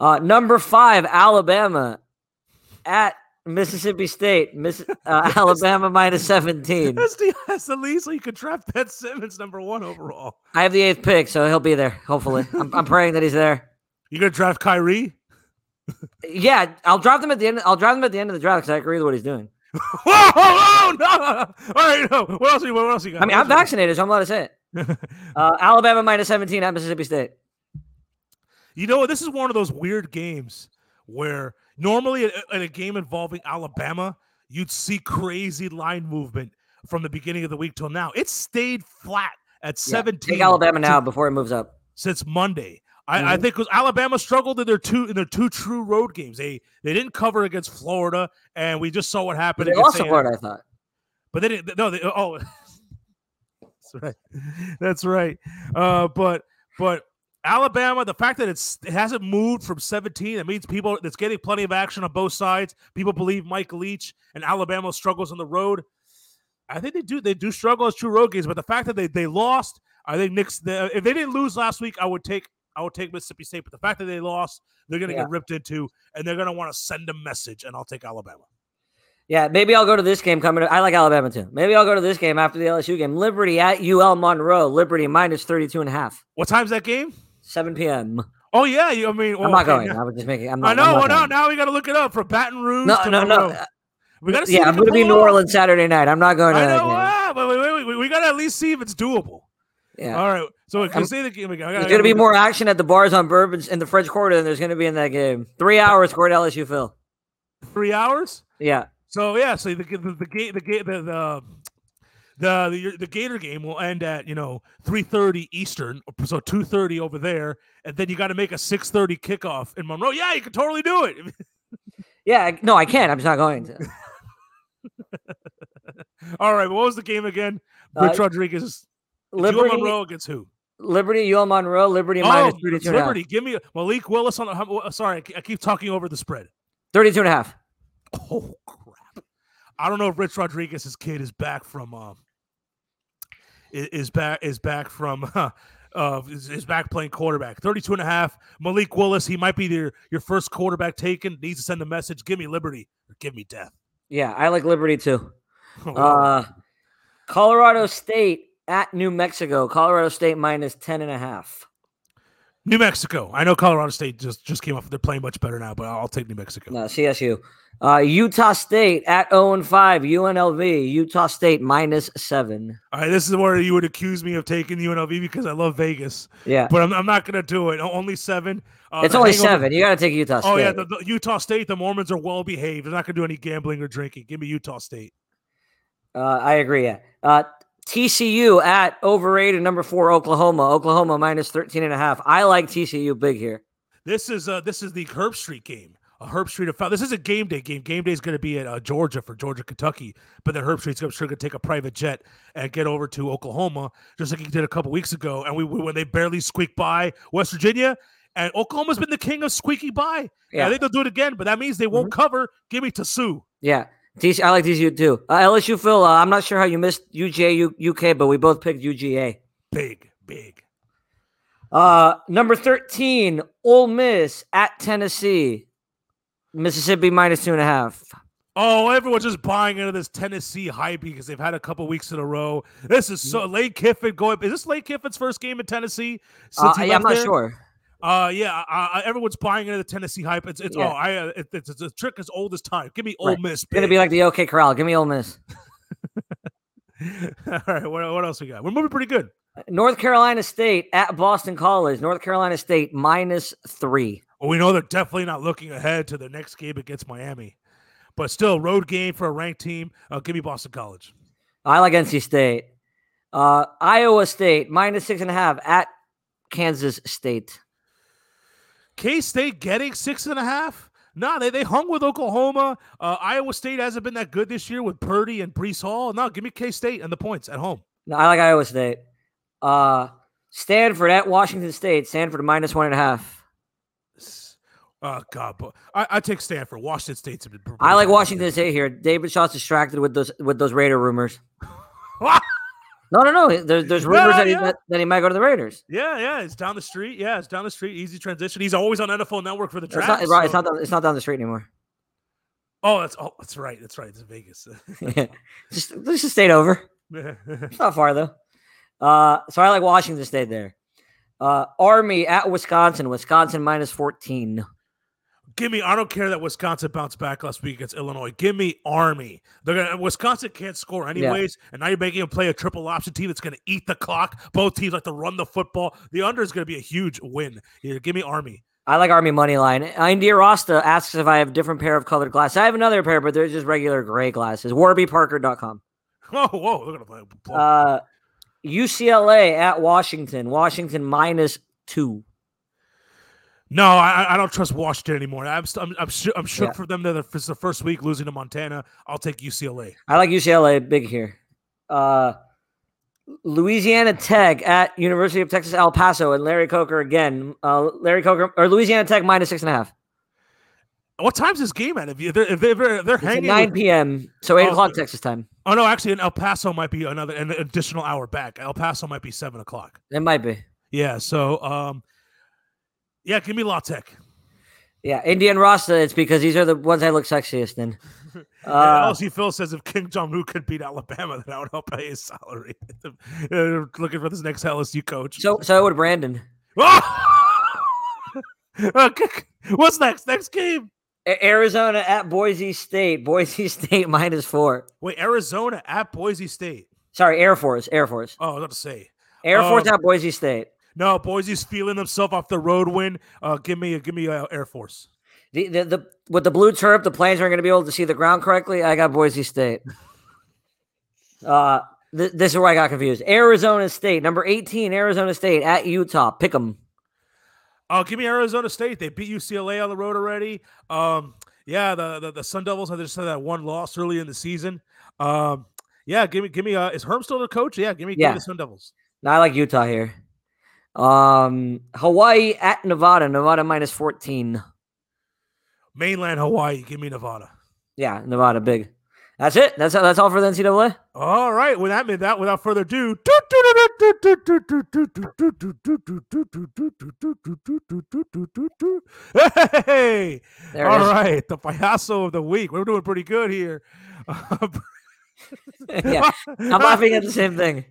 uh, number five, Alabama at Mississippi State. Miss, uh, Alabama minus 17.
That's the that's the least you could draft Ben Simmons number one overall.
I have the eighth pick, so he'll be there, hopefully. I'm, I'm praying that he's there.
You gonna draft Kyrie? (laughs)
Yeah, I'll drop them at the end. I'll drop them at the end of the draft because I agree with what he's doing.
Whoa, oh, no! All right, no. What else? You, what else you got?
I mean, I'm
What else
vaccinated, so I'm allowed to say it.
you (laughs) got?
Uh, Alabama minus 17 at Mississippi State.
You know what? This is one of those weird games where normally in a- in a game involving Alabama, you'd see crazy line movement from the beginning of the week till now. It stayed flat at
Yeah,
17.
Take Alabama
to
now Mm-hmm. before it moves up.
since Monday. I, I think 'cause Alabama struggled in their two in their two true road games. They they didn't cover against Florida, and we just saw what happened.
But they
against
lost to
A&M.
Florida, I thought.
but they didn't. No, they, oh, (laughs) that's right, that's right. Uh, but but Alabama, the fact that it's it hasn't moved from 17, it means people that's getting plenty of action on both sides. People believe Mike Leach and Alabama struggles on the road. I think they do. They do struggle as true road games, but the fact that they they lost, I think Nick's. The, if they didn't lose last week, I would take I would take Mississippi State. But the fact that they lost, they're going to
Yeah.
get ripped into, and they're going to want to send a message. And I'll take Alabama.
Yeah, maybe I'll go to this game coming. up. I like Alabama too. Maybe I'll go to this game after the LSU game. Liberty at UL Monroe. Liberty minus 32 and a half.
What time's that game?
7 p.m.
Oh yeah, you, I mean, well,
I'm not
okay,
going.
now-
I was just making. I'm not,
I
I'm
know.
not
Well, now,
going.
now we got to look it up for Baton Rouge. to
no, no, no.
Monroe.
uh,
We got to see.
Yeah,
if
I'm
we can
going to be in
pull
New
it off.
Orleans Saturday night. I'm not going to
I
that
know.
game.
ah, but wait, wait, wait, we, got to at least see if it's doable.
Yeah.
All right. So we can
I'm-
see the game again. I
There's
gotta-
going to be
gotta-
more action at the bars on Bourbon in the French Quarter than there's going to be in that game. Three hours, according to LSU Phil.
three hours.
Yeah.
So yeah, so the the the gate the gate the, the the, the the Gator game will end at you know three thirty Eastern, so two thirty over there, and then you got to make a six thirty kickoff in Monroe. Yeah, you can totally do it. (laughs)
Yeah, I- no, I can't. I'm just not going to.
All right, but what was the game again?
Uh,
Rich Rodriguez, Liberty,
Liberty,
Monroe against who?
Liberty, UL Monroe, Liberty minus 32
it's
and a half.
Oh, Liberty. Give me Malik Willis on. the hum- uh, Sorry, I ke- I keep talking over the spread.
32 and a half.
Oh crap! I don't know if Rich Rodriguez's kid is back from um i- is back is back from (laughs) uh, is, is back playing quarterback. 32 and a half. Malik Willis, he might be your your first quarterback taken. Needs to send a message. Give me liberty or give me death.
Yeah, I like Liberty too.
Oh,
Uh, Colorado State at New Mexico. Colorado State minus 10 and a half.
New Mexico. I know Colorado State just just came off. They're playing much better now, but I'll, I'll take New Mexico.
No, CSU. Uh, Utah State at 0 and 5. UNLV. Utah State minus 7.
All right, this is where you would accuse me of taking UNLV because I love Vegas,
Yeah.
but I'm, I'm not going to do it. O- Only seven. Uh,
It's
the
only
hangover-
7. You got to take Utah State.
Oh yeah, the, the Utah State. The Mormons are well behaved. They're not going to do any gambling or drinking. Give me Utah State.
Uh, I agree. Yeah. Uh, TCU at overrated number four Oklahoma. Oklahoma minus 13 and a half. I like TCU big here.
This is uh this is the Herb Street game. A Herb Street of This is a game day game. Game day is going to be at uh, Georgia for Georgia Kentucky, but then Herb Street's I'm sure going to take a private jet and get over to Oklahoma, just like he did a couple weeks ago. And we we- when they barely squeaked by West Virginia, and Oklahoma's been the king of squeaking by. Yeah, I
Yeah. Mm-hmm.
think they'll do it again, but that means they won't cover. Give me Tasu.
Yeah. TC, I like TCU too. Uh, LSU Phil, uh, I'm not sure how you missed UGA U- UK, but we both picked UGA.
Big, big.
Uh, number 13, Ole Miss at Tennessee. Mississippi minus two and a half.
Oh, everyone's just buying into this Tennessee hype because they've had a couple weeks in a row. This is so
Mm-hmm.
Lane Kiffin going. Is this Lane Kiffin's first game in Tennessee?
Uh,
since he
yeah, I'm
left
not
there?
sure.
Uh, yeah, I, I, everyone's buying into the Tennessee hype. It's it's
Yeah.
oh, I uh, it, it's, it's a trick as old as time. Give me Ole
Right.
Miss.
It's gonna be like the OK Corral. Give me Ole Miss.
babe. (laughs) All right, what, what else we got? We're moving pretty good.
North Carolina State at Boston College. North Carolina State minus three.
Well, we know they're definitely not looking ahead to their next game against Miami, but still road game for a ranked team. Uh, give me Boston College.
I like NC State. Uh, Iowa State minus six and a half at Kansas State.
K State getting six and a half? No, they, they hung with Oklahoma. Uh, Iowa State hasn't been that good this year with Purdy and Brees Hall. No, give me K State and the points at home.
No, I like Iowa State. Uh, Stanford at Washington State. Stanford minus one and a half.
S- Oh God, but I, I take Stanford. Washington State's been. pretty
I like
bad.
Washington State here. David Shaw's distracted with those with those Raider (laughs) rumors. No, no, no. There, there's rumors
Yeah,
that, he,
yeah.
that, that he might go to the Raiders.
Yeah, yeah, it's down the street. Yeah, it's down the street. Easy transition. He's always on NFL Network for the
It's
draft.
not, right, it's
so-
not down, it's not down the street anymore. (laughs)
oh, that's oh, that's right. That's right. It's Vegas. (laughs)
just let's just stayed over. It's not far though. Uh, so I like Washington State there. Uh, Army at Wisconsin. Wisconsin minus fourteen.
Give me. I don't care that Wisconsin bounced back last week against Illinois. Give me Army. They're gonna. Wisconsin can't score anyways, and now you're making them play a triple option team that's gonna eat the clock. Both teams like to run the football. The under is gonna be a huge win. Yeah, give me Army. (laughs)
I like Army money line. India Rasta asks if I have different pair of colored glasses. I have another pair, but they're just regular gray glasses. WarbyParker.com.
Whoa, whoa, they're gonna play. blow-
Uh, UCLA at Washington. Washington minus two.
No, I, I- I don't trust Washington anymore. I'm st- I'm I'm, shoo- I'm shook
Yeah.
for them. They're the, it's the first week losing to Montana. I'll take UCLA.
I like UCLA big here. Uh, Louisiana Tech at University of Texas El Paso and Larry Coker again. Uh, Larry Coker or Louisiana Tech minus six and a half.
What time's this game at? If you- they're if they're, they're, they're
It's at
hanging.
9
with-
p.m. So 8
Oh,
o'clock
so-
Texas time.
oh no, actually, in El Paso might be another an additional hour back. El Paso might be seven o'clock.
It might be.
Yeah. So, um, yeah, give me La Tech.
Yeah, Indian Rasta. It's because these are the ones I look sexiest
(laughs)
in.
and
Uh,
LC Phil says if King Jong Un could beat Alabama, (laughs) then I would help pay his salary. (laughs) They're looking for this next LSU coach. (laughs)
so so would Brandon.
Okay, What's next? Next game.
A- Arizona at Boise State. Boise (laughs) State minus four.
Wait, Arizona at Boise State.
Sorry, Air Force. Air Force.
Oh, I was about to say.
Air Force
Um,
at Boise State.
No, Boise's feeling himself off the road win. Uh, give me, give me uh, Air Force.
The, the, the with the blue turf, the planes aren't going to be able to see the ground correctly. I got
(laughs)
Boise State. Uh, th- this is where I got confused. Arizona State, number 18, Arizona State at Utah. Pick them.
Oh, give me Arizona State. They beat UCLA on the road already. Um, yeah, the, the the Sun Devils had just had that one loss early in the season. Um, yeah, give me give me. Uh, is Herm still the coach? Yeah, give me, give
Yeah.
me the Sun Devils.
Now I like Utah here. Um, Hawaii at Nevada. Nevada minus 14.
Mainland Hawaii. Give me Nevada.
Yeah, Nevada big. That's it. That's that's all for the NCAA.
All right. With that, meant that without further ado. Hey!
There
All
it is.
right. The payaso of the week. We're doing pretty good here.
(laughs) yeah, I'm laughing at the same thing.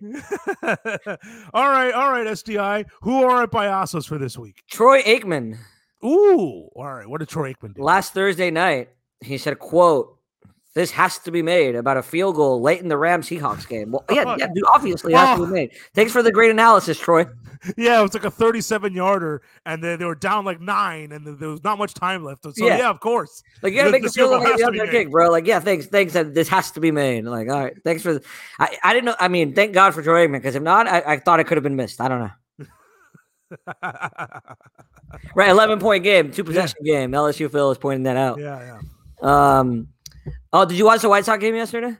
(laughs) all right, all right, SDI. Who are our payasos for this week?
Troy Aikman
Ooh, all right. What did Troy Aikman do?
last Thursday night, he said, "quote This has to be made about a field goal late in the Rams Seahawks game." Well, yeah,
Oh.
yeah, dude, obviously it has to
Oh.
be made. Thanks for the great analysis, Troy.
Yeah, it was like a 37 yarder, and then they were down like nine, and then there was not much time left. So,
Yeah.
yeah, of course.
Like you gotta
The-
make
the
a field
field
goal
goal
like the
has to be
other
made.
kick, bro. Like yeah, thanks, thanks that this has to be made. Like all right, thanks for. The, I I didn't know. I mean, thank God for Troy Aikman because if not, I, I thought it could have been missed. I don't
(laughs)
know.
yeah,
Right, eleven point game, two possession game. LSU Phil is pointing that out.
yeah.
Um, oh, did you watch the White Sox game yesterday?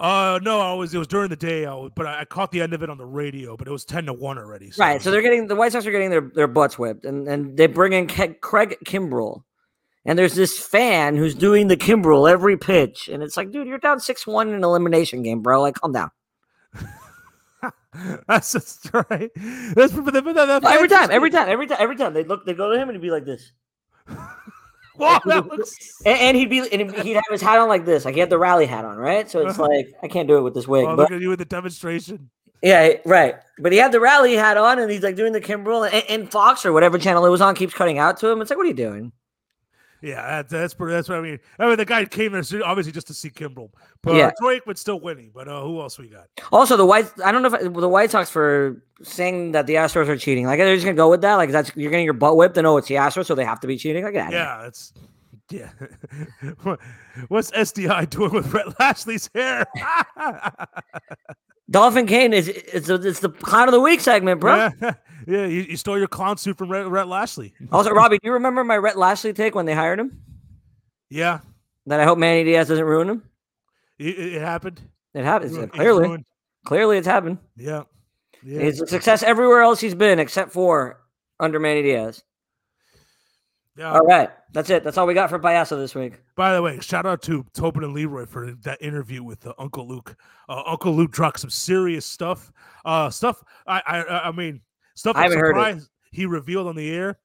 Uh, no, I was it was during the day, I was, but I, I caught the end of it on the radio. But it was 10 to one already. So.
Right. So they're getting the White Sox are getting their, their butts whipped, and, and they bring in Ke- Craig Kimbrell, and there's this fan who's doing the Kimbrell every pitch, and it's like, dude, you're down six one in an elimination game, bro. Like, calm down.
(laughs) That's just right. That's but that, that,
No, every time, every time, every time, every time they look, they go to him and he'd be like this,
Wow, that
(laughs)
looks.
and, and he'd be and he'd have his hat on like this, like he had the rally hat on, right? So it's
Uh-huh.
like I can't do it with this wig,
Oh,
but
look at you with the demonstration.
Yeah, right. But he had the rally hat on, and he's like doing the Kimbrel and, and Fox or whatever channel it was on keeps cutting out to him. It's like, what are you doing?
Yeah, that's that's pretty, that's what I mean. I mean, the guy came there so- obviously just to see Kimbrel, but
Yeah.
uh, Troy Aikman's still winning. But uh, who else we got?
Also, the White I don't know if the White Sox for saying that the Astros are cheating. Like they're just gonna go with that. Like that's you're getting your butt whipped, and oh, it's the Astros, so they have to be cheating. Like yeah,
Yeah, that's yeah. (laughs) What- What's SDI doing with Brett Lashley's hair? (laughs)
Dolphin Kane is it's it's the clown of the week segment, bro.
yeah, (laughs) yeah, you, you stole your clown suit from Brett, Brett Lashley.
Also, Robbie, do you remember my Rhett Lashley take when they hired him?
Yeah,
That I hope Manny Diaz doesn't ruin him.
it, it- it happened.
It happens
Ru- it's
clearly.
ruined.
Clearly, it's happened.
Yeah, yeah.
He's a success everywhere else he's been except for under Manny Diaz.
yeah.
All right, that's it. That's all we got for Payaso this week.
By the way, shout out to Tobin and Leroy for that interview with uh, Uncle Luke. Uh, Uncle Luke dropped some serious stuff. Uh, stuff. I. I. I- I mean, stuff.
I
I'm
haven't heard it.
surprised He revealed on the air,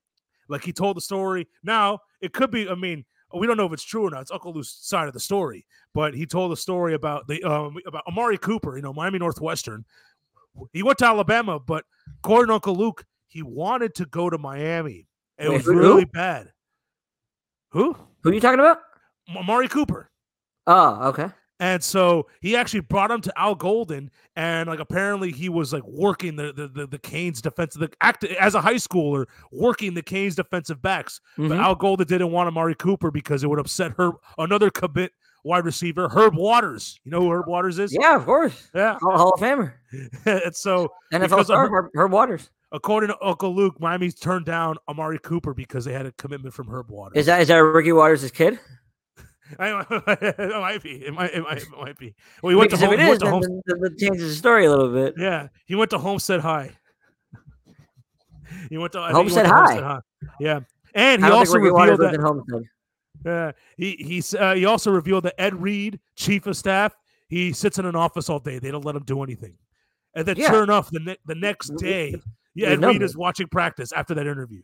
like he told the story. Now it could be. I mean, we don't know if it's true or not. It's Uncle Luke's side of the story, but he told a story about the um, about Amari Cooper. You know, Miami Northwestern. He went to Alabama, but according to Uncle Luke, he wanted to go to Miami. It
Wait,
was
who- who?
really bad. Who?
Who are you talking about?
Amari Cooper.
Oh, okay.
And so he actually brought him to Al Golden, and like apparently he was like working the the the, the Canes defensive the act as a high schooler working the Canes defensive backs. But
Mhm.
Al Golden didn't want Amari Cooper because it would upset Herb another commit wide receiver Herb Waters. You know who Herb Waters is?
Yeah, of course.
Yeah. (laughs)
Hall, Hall of Famer,
and so
NFL
Because of
star
her-
Herb, Herb Waters.
according to Uncle Luke, Miami turned down Amari Cooper because they had a commitment from Herb Waters.
Is that is that Ricky Waters' kid?
(laughs) I, (laughs) it might be. It might. It might, it might be. Well, he went to
Because
home.
if it
he
is,
Went to
then,
home
then, then that changes the story a little bit.
Yeah, he went to Homestead High. he went to I think he went
Homestead
to
High.
Yeah, and
I
he
don't
also
think Ricky Waters
revealed that
lived in Homestead.
uh, he he s- uh, he also revealed that Ed Reed, chief of staff, he sits in an office all day. They don't let him do anything. And then,
Yeah.
sure enough, the ne- the next
We-
day, yeah,
we
Ed
know
Reed
that.
is watching practice after that interview.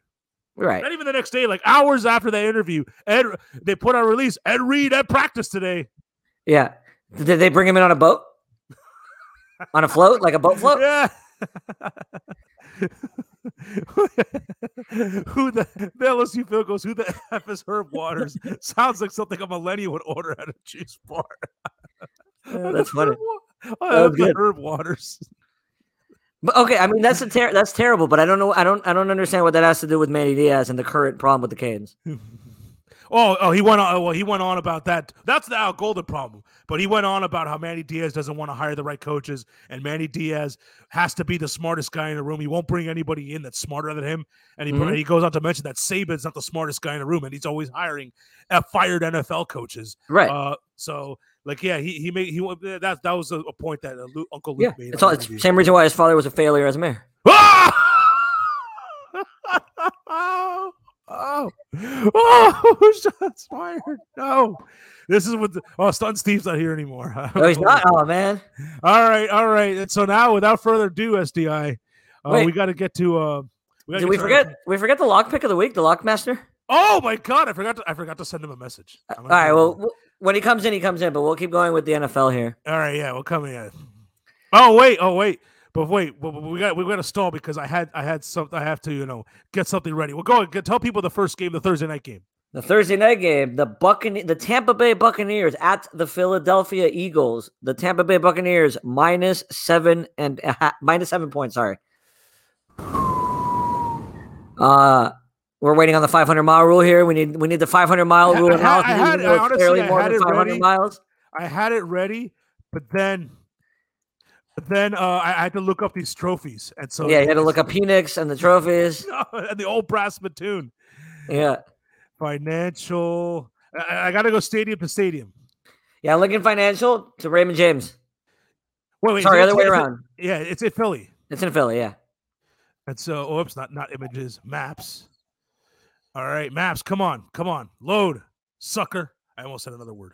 Right.
Not even the next day, like hours after that interview, Ed they put out a release. Ed Reed at practice today.
Yeah. Did they bring him in on
(laughs)
a boat? on a float, like a boat float?
Yeah. (laughs) who the, the LSU Phil goes, who the (laughs) F is Herb Waters? Sounds like something a millennial would order at a juice bar.
Uh, that's funny.
(laughs) Herb Wa-
That
I
was
love the
good.
Herb Waters.
But okay, I mean that's a ter- that's terrible, but I don't know I don't I don't understand what that has to do with Manny Diaz and the current problem with the Canes.
Oh, oh, he went on. oh, Well, he went on about that. That's the Al Golden problem. But he went on about how Manny Diaz doesn't want to hire the right coaches, and Manny Diaz has to be the smartest guy in the room. He won't bring anybody in that's smarter than him. And he
Mhm.
he goes on to mention that Saban's not the smartest guy in the room, and he's always hiring uh, fired NFL coaches.
Right.
Uh, so, like, yeah, he he made he wa- that that was a, a point that uh, Lu- Uncle Luke
yeah.
made.
It's
on
all it's
TV.
same reason why his father was a failure as mayor.
(laughs) Oh! oh, (laughs) oh, shots fired. No, this is what the, oh, Stunt Steve's not here anymore. (laughs)
No, he's not. Oh man.
All right, all right. And so now, without further ado, SDI, uh,
Wait.
we got to get to uh, we gotta
Did
get
we
to-
forget we forget the lock pick of the week, the lock master?
Oh my god, I forgot to, I forgot to send him a message. I'm
Uh, All
gonna
right,
send
well
him-
w- when he comes in, he comes in, but we'll keep going with the NFL here.
all right, yeah, we'll come in. Oh wait, oh wait, but wait, but but we got we got to stall because I had I had something I have to you know get something ready. Well, go ahead, tell people the first game, the Thursday night game.
The Thursday night game, the Buccane- the Tampa Bay Buccaneers at the Philadelphia Eagles. The Tampa Bay Buccaneers minus seven and a ha- minus seven points. Sorry. Uh we're waiting on the 500 mile rule here. We need we need the 500 mile
I-
rule.
I
in
had- I
hockey, even
had-
though
I
it's
honestly,
barely
I
more
had
than
it
500
ready.
miles.
I had it ready, but then, but then uh, I I had to look up these trophies, and so
yeah, you had to
it's-
look up Phoenix and the trophies.
(laughs) and the old brass platoon
Yeah,
financial. I- I, I gotta go stadium to stadium.
yeah. Lincoln Financial to Raymond James.
Wait, wait,
Sorry,
is it-
other way
is it-
around.
yeah, it's in Philly,
It's in Philly. Yeah.
and so oh, oops, not not images, maps. All right, maps. Come on, come on, load, sucker. I almost said another word,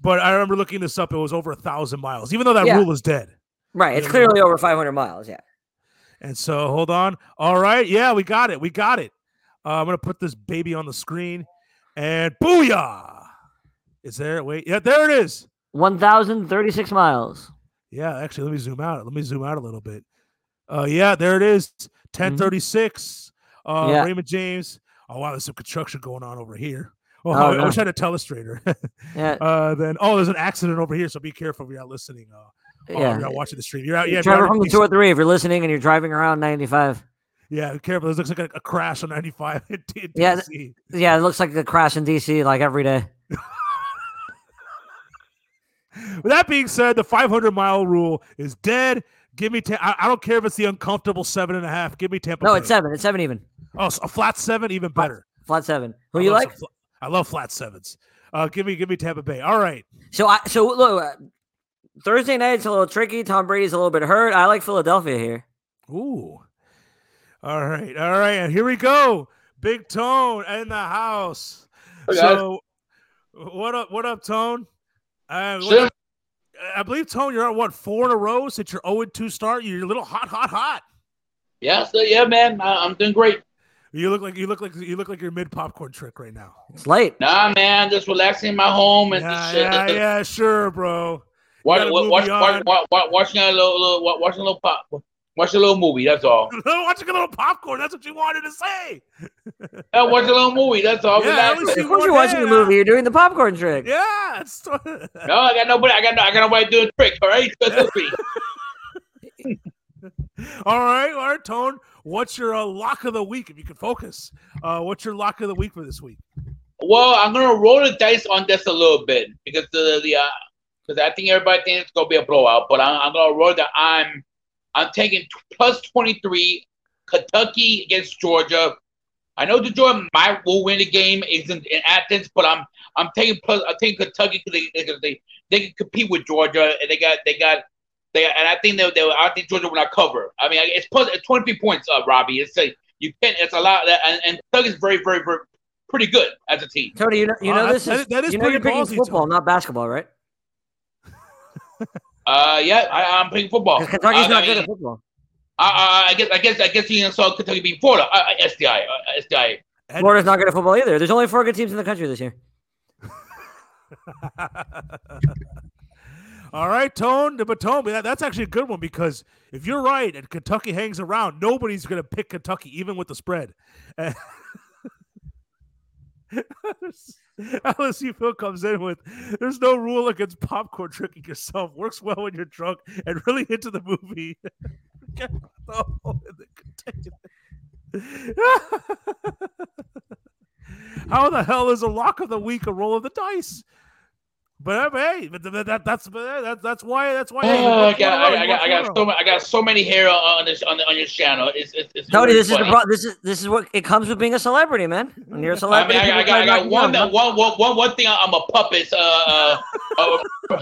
but I remember looking this up. It was over a thousand miles, even though that
Yeah.
rule is dead.
Right. It's
Yeah.
clearly over 500 miles. Yeah.
And so hold on. All right. Yeah, we got it. We got it. Uh, I'm going to put this baby on the screen and booyah. Is there? Wait. Yeah, there it is.
1,036 miles.
Yeah, actually, let me zoom out. Let me zoom out a little bit. Uh, yeah, there it is. 1036. Uh,
Mm-hmm. Yeah.
Raymond James. Oh, wow. There's some construction going on over here. Oh,
Oh,
I, I
no.
wish I had a telestrator. (laughs)
Yeah.
uh, then, oh, there's an accident over here. So be careful if you're out listening. Uh, oh,
yeah.
If you're out watching the stream. You're out.
Yeah,
Yeah, if you're
Trevor
out in
from the
DC.
203, if you're listening and you're driving around 95.
Yeah, be careful. This looks like a, a crash on 95 (laughs) in D- in
Yeah, th-
DC.
Yeah, it looks like a crash in DC like every day.
With that being said, the 500 mile rule is dead. Give me. Ta- I, I don't care if it's the uncomfortable seven and a half. Give me Tampa.
No,
Bay.
it's seven. It's seven even.
oh, so a flat seven, even better.
Flat seven. Who
I
you
love
like?
some fla- I love flat sevens. Uh, give me, give me Tampa Bay. All right.
So I so look uh, Thursday night's a little tricky. Tom Brady's a little bit hurt. I like Philadelphia here.
Ooh. All right. All right. And here we go. Big Tone in the house.
Hey, guys.
So, what up? What up, Tone? Uh, what-
Shit.
I believe Tone, you're at what four in a row since your 0 2 start. You're a little hot, hot, hot.
Yeah, so yeah, man, I, I'm doing great.
You look like you look like you look like you're mid popcorn trick right now.
It's late.
Nah, man, just relaxing in my home and
Yeah,
just
yeah,
uh,
yeah, sure, bro.
(laughs)
(laughs)
watch,
gotta
wa-
move
watch,
beyond.
watch, watch, watch, watching a little, little wa- watching a little pop, watch a little movie.
(laughs)
That's all.
Watching a little popcorn. That's what you wanted to say.
Yeah, watch a little movie. That's all.
Yeah,
Relax.
at least
Of course
one
you're watching a
hand
movie.
out.
You're doing the popcorn trick.
Yeah. (laughs) It's,
No, I got nobody. I got no, I got nobody doing tricks. All right, Just movie.
all right, all right, Tone. What's your uh, lock of the week? If you could focus, uh, what's your lock of the week for this week?
(laughs) well, I'm gonna roll the dice on this a little bit because the the uh, because I think everybody thinks it's gonna be a blowout, but I'm, I'm gonna roll that I'm I'm taking t- plus 23 Kentucky against Georgia. I know the Georgia might will win the game is in, in Athens, but I'm I'm taking plus I'm taking Kentucky because they, because they they can compete with Georgia and they got they got they and I think they they I think Georgia will not cover. I mean it's plus it's 23 points, uh, Robbie. It's a, you can't it's a lot and, and Kentucky's very very very pretty good as a team.
Tony, you know you
Oh,
know
that's-
this
that
is
is- that is
you know you're
pretty ballsy,
picking football, not basketball, right?
Uh, yeah, I, I'm playing football.
'Cause Kentucky's
Oh, I
not
mean,
good at football.
I, I, I guess I guess I guess you saw Kentucky beat Florida. Uh, uh, SDI, uh, SDI.
Ed-
Florida's not good at football either. There's only four good teams in the country this year.
(laughs) all right, Tone. But Tone, that, that's actually a good one because if you're right and Kentucky hangs around, nobody's going to pick Kentucky, even with the spread. And- (laughs) LSU Phil comes in with there's no rule against popcorn tricking yourself. Works well when you're drunk and really into the movie. (laughs) Oh, and then continue. (laughs) How the hell is a lock of the week a roll of the dice? But uh, hey, but th- that, that's but that, that's why that's why. hey,
Oh, I
what's
got,
going on?
I, I got, I
What's
got so
going
many, I got so many here on this on, the, on your channel. It's, it's, it's
Tony,
really
this is the
funny.
pro- this is this is what it comes with being a celebrity, man. When you're a
I
celebrity,
mean, I, got- I
people
got,
try to
I got
knock you
one,
down.
that, one, one, one, one thing. I'm a puppet. Uh, uh,
(laughs)
uh,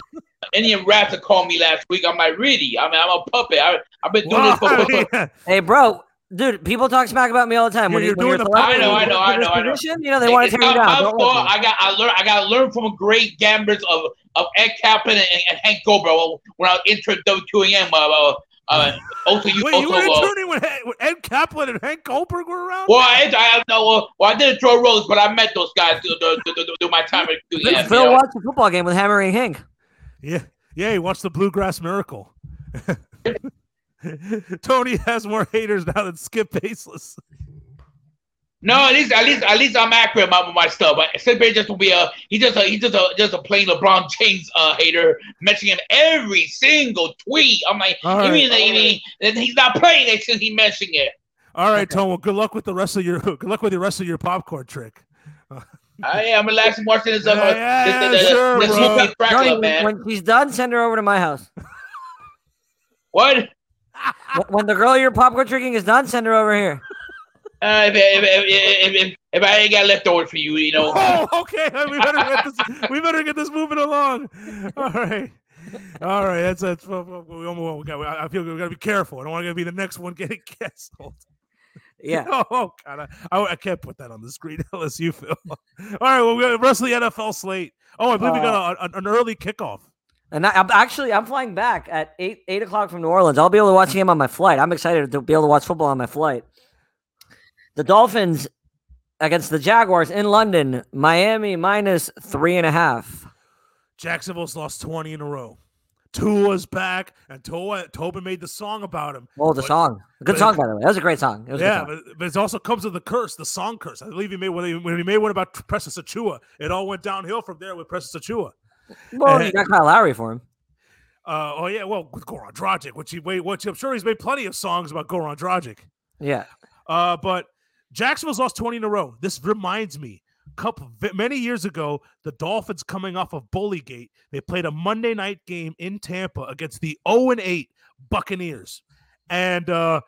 Indian rapper called me last week. I'm like, really? I mean, I'm a puppet. I, I've been doing
on?
this for.
Wow,
for- for-
yeah.
Hey, bro, dude, people talk smack about me all the time. When
You're-
you- when
you're
you're
doing
a
the- I
celebrity,
know, I
you
know,
get
I
in this
know, I know.
position, You know they want to
It's
tear you
not
down.
my
Don't
fault.
let them.
I got, I learned, I got to learn from great gamblers of of Ed Kaplan and, and Hank Goldberg when I was intro WQAM. Uh, uh, uh, also, you
Wait,
also.
you were
uh,
interning when, Hank- when Ed Kaplan and Hank Goldberg were around.
Well, I, I know. Well, well, I didn't throw rolls, but I met those guys through, through, through, through my time at
Dude,
QEM.
Phil
you know.
watched a football game with Hammer and Hink.
Yeah, yeah. He watched the Bluegrass Miracle. (laughs) Tony has more haters now than Skip Baseless.
No, at least, at least, at least I'm accurate about my stuff. But Sid Barrett just will be a he just a he just a just a plain LeBron James uh, hater, mentioning every single tweet. I'm like,
All
even
right.
if he- if he's not playing it since he mentioned it.
All right, Tom. Well, good luck with the rest of your good luck with the rest of your popcorn trick.
I am relaxing watching this. Uh,
Yeah, yeah,
this, this,
sure,
this, this
bro.
Snoopy Crackler,
Tony,
man.
when, when she's done, send her over to my house.
what?
Wh- when the girl you're popcorn tricking is done, send her over here.
Uh, if, if, if, if, if, if I ain't got leftovers for you, you know.
Oh, okay. (laughs) We better get this. We better get this moving along. All right. All right. That's that's. well, well, We almost. We got. I feel we got to be careful. I don't want to be the next one getting (laughs) canceled.
Yeah.
(laughs) Oh God. I, I, I can't put that on the screen. (laughs) LSU Phil. All right. Well, we got wrestling NFL slate. Oh, I believe we got a, an- an early kickoff.
And I, I'm actually I'm flying back at eight eight o'clock from New Orleans. I'll be able to watch the game on my flight. I'm excited to be able to watch football on my flight. The Dolphins against the Jaguars in London, Miami minus three and a half.
Jacksonville's lost 20 in a row. Tua's back, and Tua, Tobin made the song about him.
Oh, the
But-
song.
but
Good
it-
song, by the way. That was a great song. It was
Yeah,
yeah,
but, but it also comes with the curse, the song curse. I believe he made when he, when he made one about Preston Sachua. It all went downhill from there with Preston Sachua.
well, you
and-
got Kyle Lowry for him.
Uh, oh yeah, well with Goran Dragic, which he wait, which I'm sure he's made plenty of songs about Goran Dragic.
Yeah.
Uh, but Jacksonville's lost 20 in a row. This reminds me, couple v- many years ago, the Dolphins coming off of Bullygate, they played a Monday night game in Tampa against the 0 and 8 Buccaneers, and uh,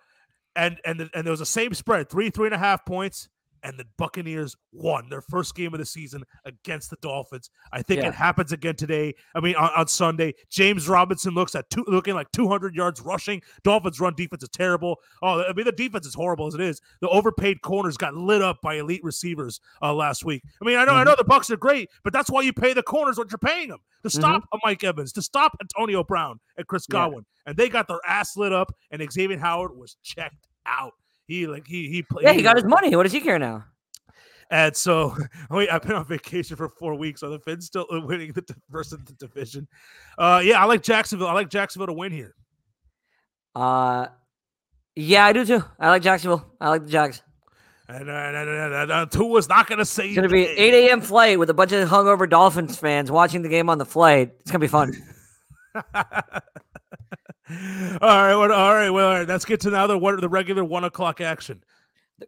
and and the- and there was the same spread, three three and a half points. And the Buccaneers won their first game of the season against the Dolphins. I think
Yeah.
it happens again today. I mean, on, on Sunday, James Robinson looks at two, looking like 200 yards rushing. Dolphins run defense is terrible. Oh, I mean, the defense is horrible as it is. The overpaid corners got lit up by elite receivers uh, last week. I mean, I know, I know the Bucks are great, but that's why you pay the corners what you're paying them to stop a Mike Evans, to stop Antonio Brown and Chris
Yeah.
Godwin, and they got their ass lit up. And Xavier Howard was checked out. He like he he played.
Yeah, he got his money. What does he care now?
And so, wait, I've been on vacation for four weeks. Are the Finns still winning the di- versus the division? Uh, yeah, I like Jacksonville. I like Jacksonville to win here.
Uh yeah, I do too. I like Jacksonville. I like the Jags.
And, uh, and, and, and, and, and Tua's not going to say
It's gonna be an 8 a.m. flight with a bunch of hungover Dolphins fans watching the game on the flight. It's gonna be fun.
(laughs) all right, well, all right, well, all right. Let's get to now the what the regular one o'clock action.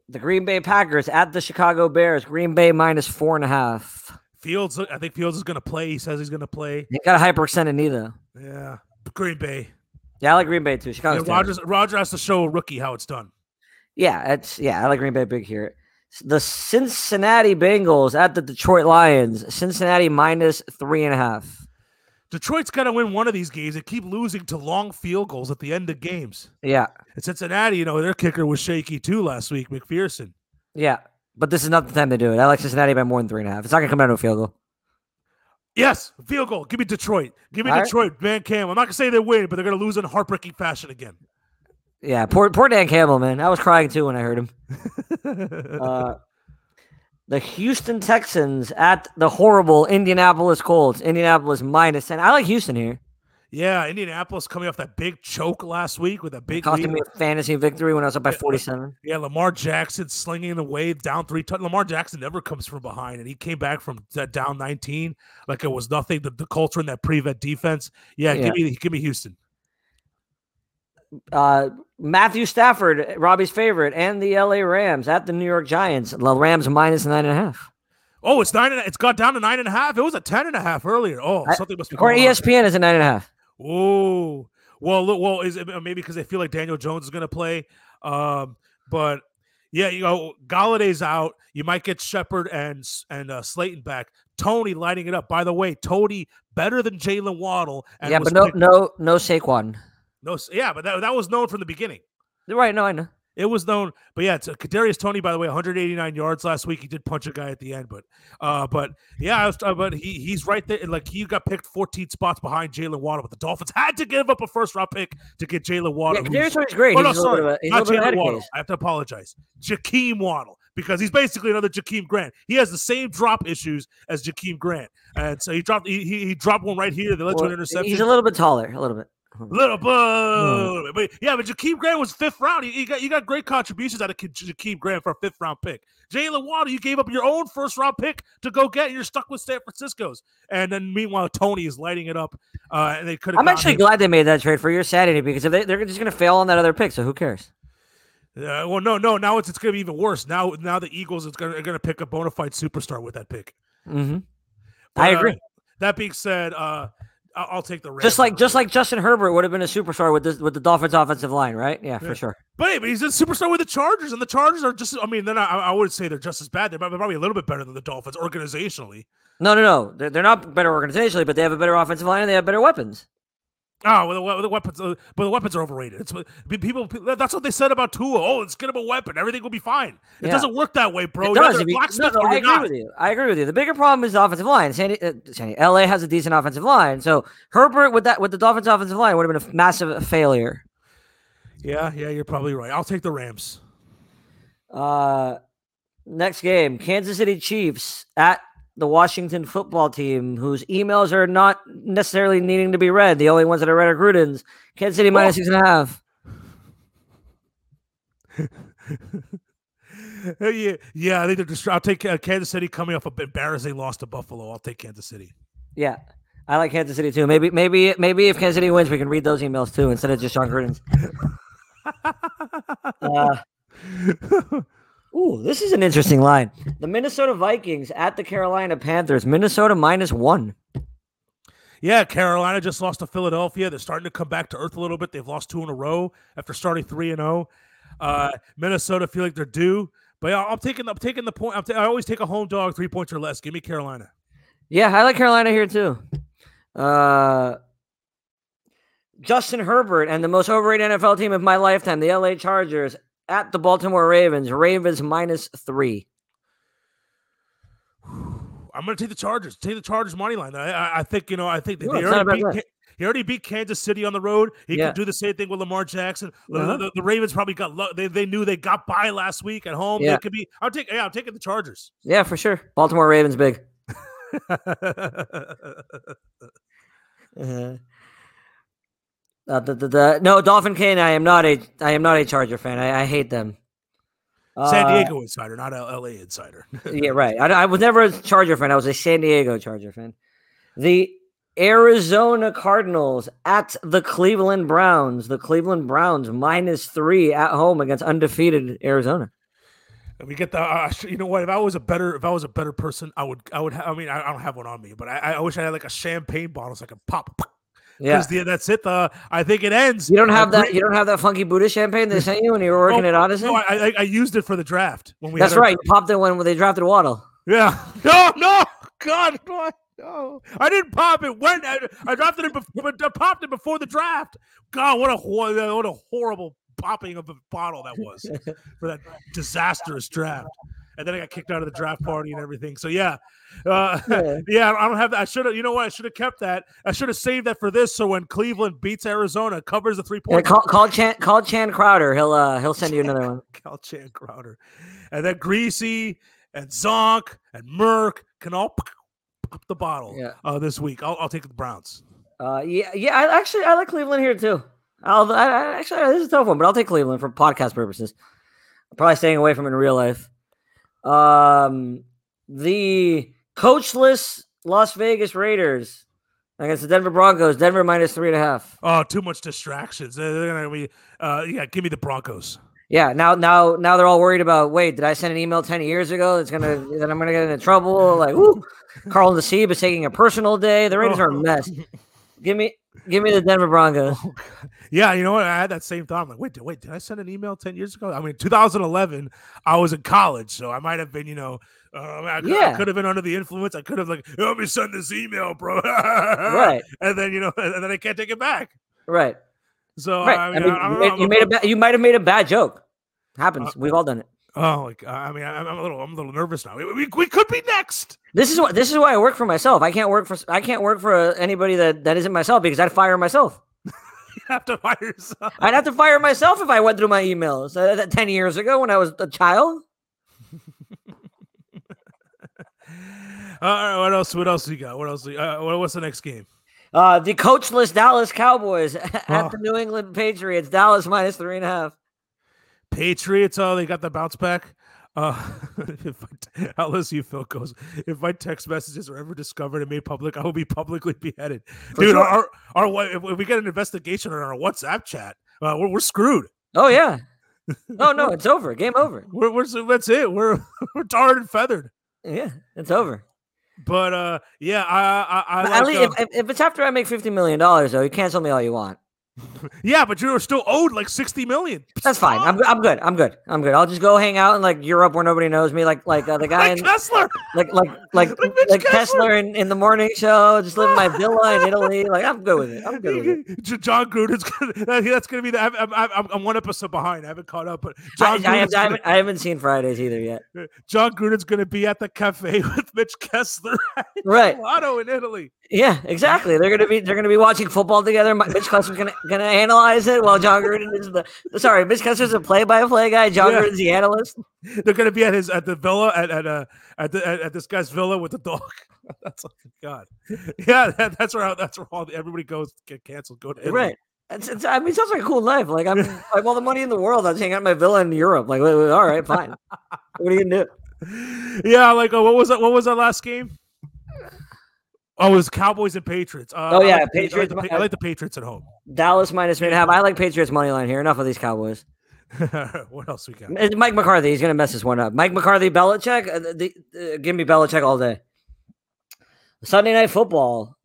The Green Bay Packers at the Chicago Bears. Green Bay minus four and a half.
Fields, I think Fields is going to play. He says he's going to play.
They got a hyperextended knee though.
Yeah, Green Bay.
Yeah, I like Green Bay too.
Yeah,
Chicago.
Rogers, Roger has to show a rookie how it's done.
Yeah, it's yeah, I like Green Bay big here. S- The Cincinnati Bengals at the Detroit Lions. Cincinnati minus three and a half.
Detroit's got to win one of these games. They keep losing to long field goals at the end of games.
Yeah,
And Cincinnati, you know, their kicker was shaky too last week, McPherson.
yeah. But this is not the time to do it. I like Cincinnati by more than three and a half. It's not gonna come down to a field goal.
Yes, field goal. Give me Detroit. Give me
All right.
Detroit, man. Cam. I'm not gonna say they win, but they're gonna lose in heartbreaking fashion
(laughs)
again.
Yeah, poor poor Dan Campbell, man. I was crying too when I heard him. Uh, the Houston Texans at the horrible Indianapolis Colts. Indianapolis minus 10. I like Houston here.
yeah, Indianapolis coming off that big choke last week with a
It
big
costing
lead.
me a fantasy victory when I was up by
Yeah, uh,
47.
Yeah, Lamar Jackson slinging the wave down three. tou- Lamar Jackson never comes from behind, and he came back from that down 19 like it was nothing. The, the culture in that prevent defense. Yeah,
Yeah.
give me give me Houston.
uh, Matthew Stafford, Robbie's favorite, and the LA Rams at the New York Giants. The Rams minus nine and a half.
Oh, it's nine. And, it's got down to nine and a half. It was a ten and a half earlier. Oh,
I- E
something must be.
According
going
to
on.
ESPN, it's a nine and a half.
Oh, well, look, well, is it uh, maybe because they feel like Daniel Jones is going to play? Um, but yeah, you know, Galladay's out. You might get Shepard and S- and uh, Slayton back. Tony lighting it up. By the way, Tony better than Jalen Waddle. And
yeah,
was
but no,
picked-
no, no Saquon.
no, s- yeah, but that, that was known from the beginning.
Right? No, I know.
It was known, but yeah, it's uh, Kadarius Tony. By the way, 189 yards last week. He did punch a guy at the end, but uh, but yeah, I was, uh, but he he's right there. Like he got picked 14 spots behind Jalen Waddle, but the Dolphins had to give up a first round pick to get Jalen
Yeah,
Waddle. who's-
Kadarius Tony's great.
Oh
he's
no,
a little bit of
sorry,
a, he's a
not
little bit ahead
Jalen
of
Waddle.
case.
I have to apologize. Jakeem Waddle because he's basically another Jakeem Grant. He has the same drop issues as Jakeem Grant, and so he dropped he, he, he dropped one right here. They led to
Well,
an interception.
He's a little bit taller. A little bit.
Little boo. But yeah, but Jakeem Grant was fifth round. You you got you got great contributions out of K- Jakeem Grant for a fifth round pick. Jalen Waddle, you gave up your own first round pick to go get, and you're stuck with San Francisco's. And then meanwhile, Tony is lighting it up. Uh, and they could have.
I'm actually glad they made that trade for your sanity because if they, they're just going to fail on that other pick, so who cares?
Uh, well, no, no. Now it's it's gonna be even worse. Now now the Eagles is gonna are gonna pick a bona fide superstar with that pick.
hmm I
uh,
agree.
that being said, uh, I- I'll take the Rams.
just like just like Justin Herbert would have been a superstar with this with the Dolphins' offensive line, right? Yeah,
Yeah.
for sure.
But hey, but he's a superstar with the Chargers, and the Chargers are just—I mean, they're not—I I wouldn't say they're just as bad. They're prob- probably a little bit better than the Dolphins organizationally.
No, no, no. They're, they're not better organizationally, but they have a better offensive line and they have better weapons.
Oh, well, the, we- the weapons, uh, but the weapons are overrated. It's pe- people. pe- That's what they said about Tua. Oh, it's get him a weapon, everything will be fine. It
Yeah.
doesn't work that way, bro.
it
You're
does.
either
if you- no,
Blacksmith
no,
or
I
you're
agree
not.
with you. I agree with you. The bigger problem is the offensive line. Sandy, uh, Sandy, LA has a decent offensive line, so Herbert with that with the Dolphins' offensive line would have been a massive failure.
Yeah, yeah, you're probably right. I'll take the Rams. (laughs)
Uh, next game, Kansas City Chiefs at the Washington football team, whose emails are not necessarily needing to be read. The only ones that are read are Gruden's. Kansas City minus six and a half.
yeah, yeah, I think they're. Dist- I'll take uh, Kansas City coming off a embarrassing loss to Buffalo. I'll take Kansas City.
Yeah. I like Kansas City too. Maybe, maybe, maybe if Kansas City wins, we can read those emails too instead of just Sean Gruden's. uh, ooh, this is an interesting line. The Minnesota Vikings at the Carolina Panthers. Minnesota minus one.
Yeah, Carolina just lost to Philadelphia. They're starting to come back to earth a little bit. They've lost two in a row after starting three and zero. Uh, Minnesota feel like they're due, but yeah, I'm taking I'm taking the point. I'm ta- I always take a home dog three points or less. Give me Carolina.
Yeah, I like Carolina here too. Uh, Justin Herbert and the most overrated NFL team of my lifetime, the LA Chargers at the Baltimore Ravens. Ravens minus three.
I'm going to take the Chargers. Take the Chargers money line. I, I, I think you know. I think they,
No,
they
it's not
already
about
beat.
that.
Ca- he already beat Kansas City on the road. He
Yeah.
can do the same thing with Lamar Jackson. The,
Uh-huh.
the- the Ravens probably got luck. They, they knew they got by last week at home.
Yeah.
They could be. I'm taking. Yeah, I'm taking the Chargers. (laughs)
Yeah, for sure. Baltimore Ravens big. Uh, uh, the, the, the, no, Dolphin Kane. I am not a I am not a Charger fan. I, I hate them.
San
Uh,
Diego insider, not a LA insider. (laughs)
yeah, right. I, I was never a Charger fan. I was a San Diego Charger fan. The Arizona Cardinals at the Cleveland Browns. The Cleveland Browns minus three at home against undefeated Arizona.
And we get the. Uh, sh- you know what? If I was a better, if I was a better person, I would. I would. Ha- I mean, I, I don't have one on me, but I, I wish I had like a champagne bottle so I could pop.
Yeah,
Because that's it. The I think it ends.
you don't have
Agree-
that. You don't have that funky Buddha champagne they sent you when you were working
Oh,
at Odyssey.
No, I, I, I used it for the draft when we. had
That's
our-
right. You popped it when when they drafted Waddle.
Yeah. (laughs) No, no, God, no, no. I didn't pop it. When I, I dropped it, in bef- but I popped it before the draft. God, what a hor- what a horrible popping of a bottle that was for that disastrous draft. And then I got kicked out of the draft party and everything. So yeah, uh,
Yeah.
(laughs) yeah. I don't have that. I should have. You know what? I should have kept that. I should have saved that for this. So when Cleveland beats Arizona, covers the three
Yeah,
point.
call call Chan call Chan Crowder. He'll uh he'll send you another
(laughs)
one.
Cal Chan Crowder, and then Greasy and Zonk and Merck can all pop the bottle
Yeah.
uh, this week. I'll, I'll take the Browns.
(laughs) Uh, yeah, yeah. I actually I like Cleveland here too. I'll, I, I- actually this is a tough one, but I'll take Cleveland for podcast purposes. I'm probably staying away from it in real life. Um, the coachless Las Vegas Raiders Against the Denver Broncos, Denver minus three and a half.
Oh, too much distractions. They're they're gonna be, uh, yeah. Give me the Broncos.
Yeah, now now now they're all worried about. Wait, did I send an email ten years ago that's gonna that I'm gonna get into trouble?
(laughs)
Like, ooh, Carl and the Seab is taking a personal day. The Raiders are
Oh.
a mess. Give me give me the
(laughs)
Denver Broncos.
Yeah, you know what? I had that same thought. I'm like, wait, did, wait, did I send an email ten years ago? I mean, 2011, I was in college, so I might have been, you know, uh, I, could- I
Yeah.
could have been under the influence. I could have like, let me send this email, bro. (laughs)
right,
And then you know, (laughs) and then I can't take it back.
right,
So
right.
Oh, I
I
mean,
mean,
I- I don't
you made-
know, Uh,
you
I'm-
made a ba- you might have made a bad joke. Happens. We've all done it.
Oh, like, I mean, I- I'm a little, I'm a little nervous now. We, we, we could be next. (laughs)
This is what this is why I work for myself. I can't work for s- I can't work for uh, anybody that that isn't myself because I'd fire myself.
You have to fire yourself.
I'd have to fire myself if I went through my emails uh, that ten years ago when I was a child.
All right, what else? What else you got? What else? you- Uh, what, what's the next game?
Uh, the coachless Dallas Cowboys (laughs) at
Oh.
the New England Patriots. Dallas minus three and a half.
Patriots. Oh, they got the bounce back. Uh, (laughs) if I t- LSU Phil goes, if my text messages are ever discovered and made public, I will be publicly beheaded, dude.
sure.
Our, our wa- if we get an investigation on our WhatsApp chat, uh, we're, we're screwed. (laughs)
Oh yeah. Oh no, it's over. Game over.
We're, we're that's it. We're (laughs) we're tarred and feathered.
Yeah, it's over.
But uh, yeah, I I, I
But
like,
At least
uh,
if, if it's after I make fifty million dollars, though, you cancel me all you want.
yeah, but you're still owed like sixty million. (laughs)
That's fine. I'm, I'm good. I'm good. I'm good. I'll just go hang out in like Europe where nobody knows me, like like uh, the
(laughs)
guy
Like
in
Kessler.
like like like
Like Mitch
like
Kessler.
Kessler in, in the morning show, just live in my villa in Italy. Like I'm good with it. I'm good with it.
J- John Gruden's gonna, (laughs) that- that's gonna be the. I'm, I'm- I'm, I'm one episode behind. I haven't caught up, but (laughs)
I,
John
I,
Gruden's,
haven't, I,
gonna,
haven't, I haven't seen Fridays either yet.
John Gruden's gonna be at the cafe (laughs) with Mitch Kessler,
Right.
Milano in Italy.
Yeah, exactly. They're gonna be they're gonna be watching football together. Mi- Mitch Kessler's gonna gonna analyze it while John Gruden is the sorry, Mitch Kessler's a play by play guy. John
Yeah.
Gruden's the analyst.
They're gonna be at his at the villa at at uh, at, the, at, at this guy's villa with the dog. (laughs) that's oh my god. (laughs) Yeah, that, that's where that's where all the, everybody goes to get canceled. Go to Italy.
Right. It's, it's, I mean, it sounds like a cool life. Like I'm, I have all the money in the world. I was hanging out in my villa in Europe. Like, wait, wait, all right, fine. What are you gonna do?
Yeah, like uh, what was that? What was that last
(sighs)
game? Oh, it was Cowboys and Patriots. Uh,
Oh,
I like the-
yeah,
I like
Patriots
the
mi-
Pa- I like the Patriots at home.
Dallas minus three and a half. I like Patriots money line here. Enough of these Cowboys.
(laughs) what else we got?
It's Mike McCarthy. He's gonna mess this one up. Mike McCarthy, Belichick. Uh, the, the- uh, give me Belichick all day. Sunday Night Football.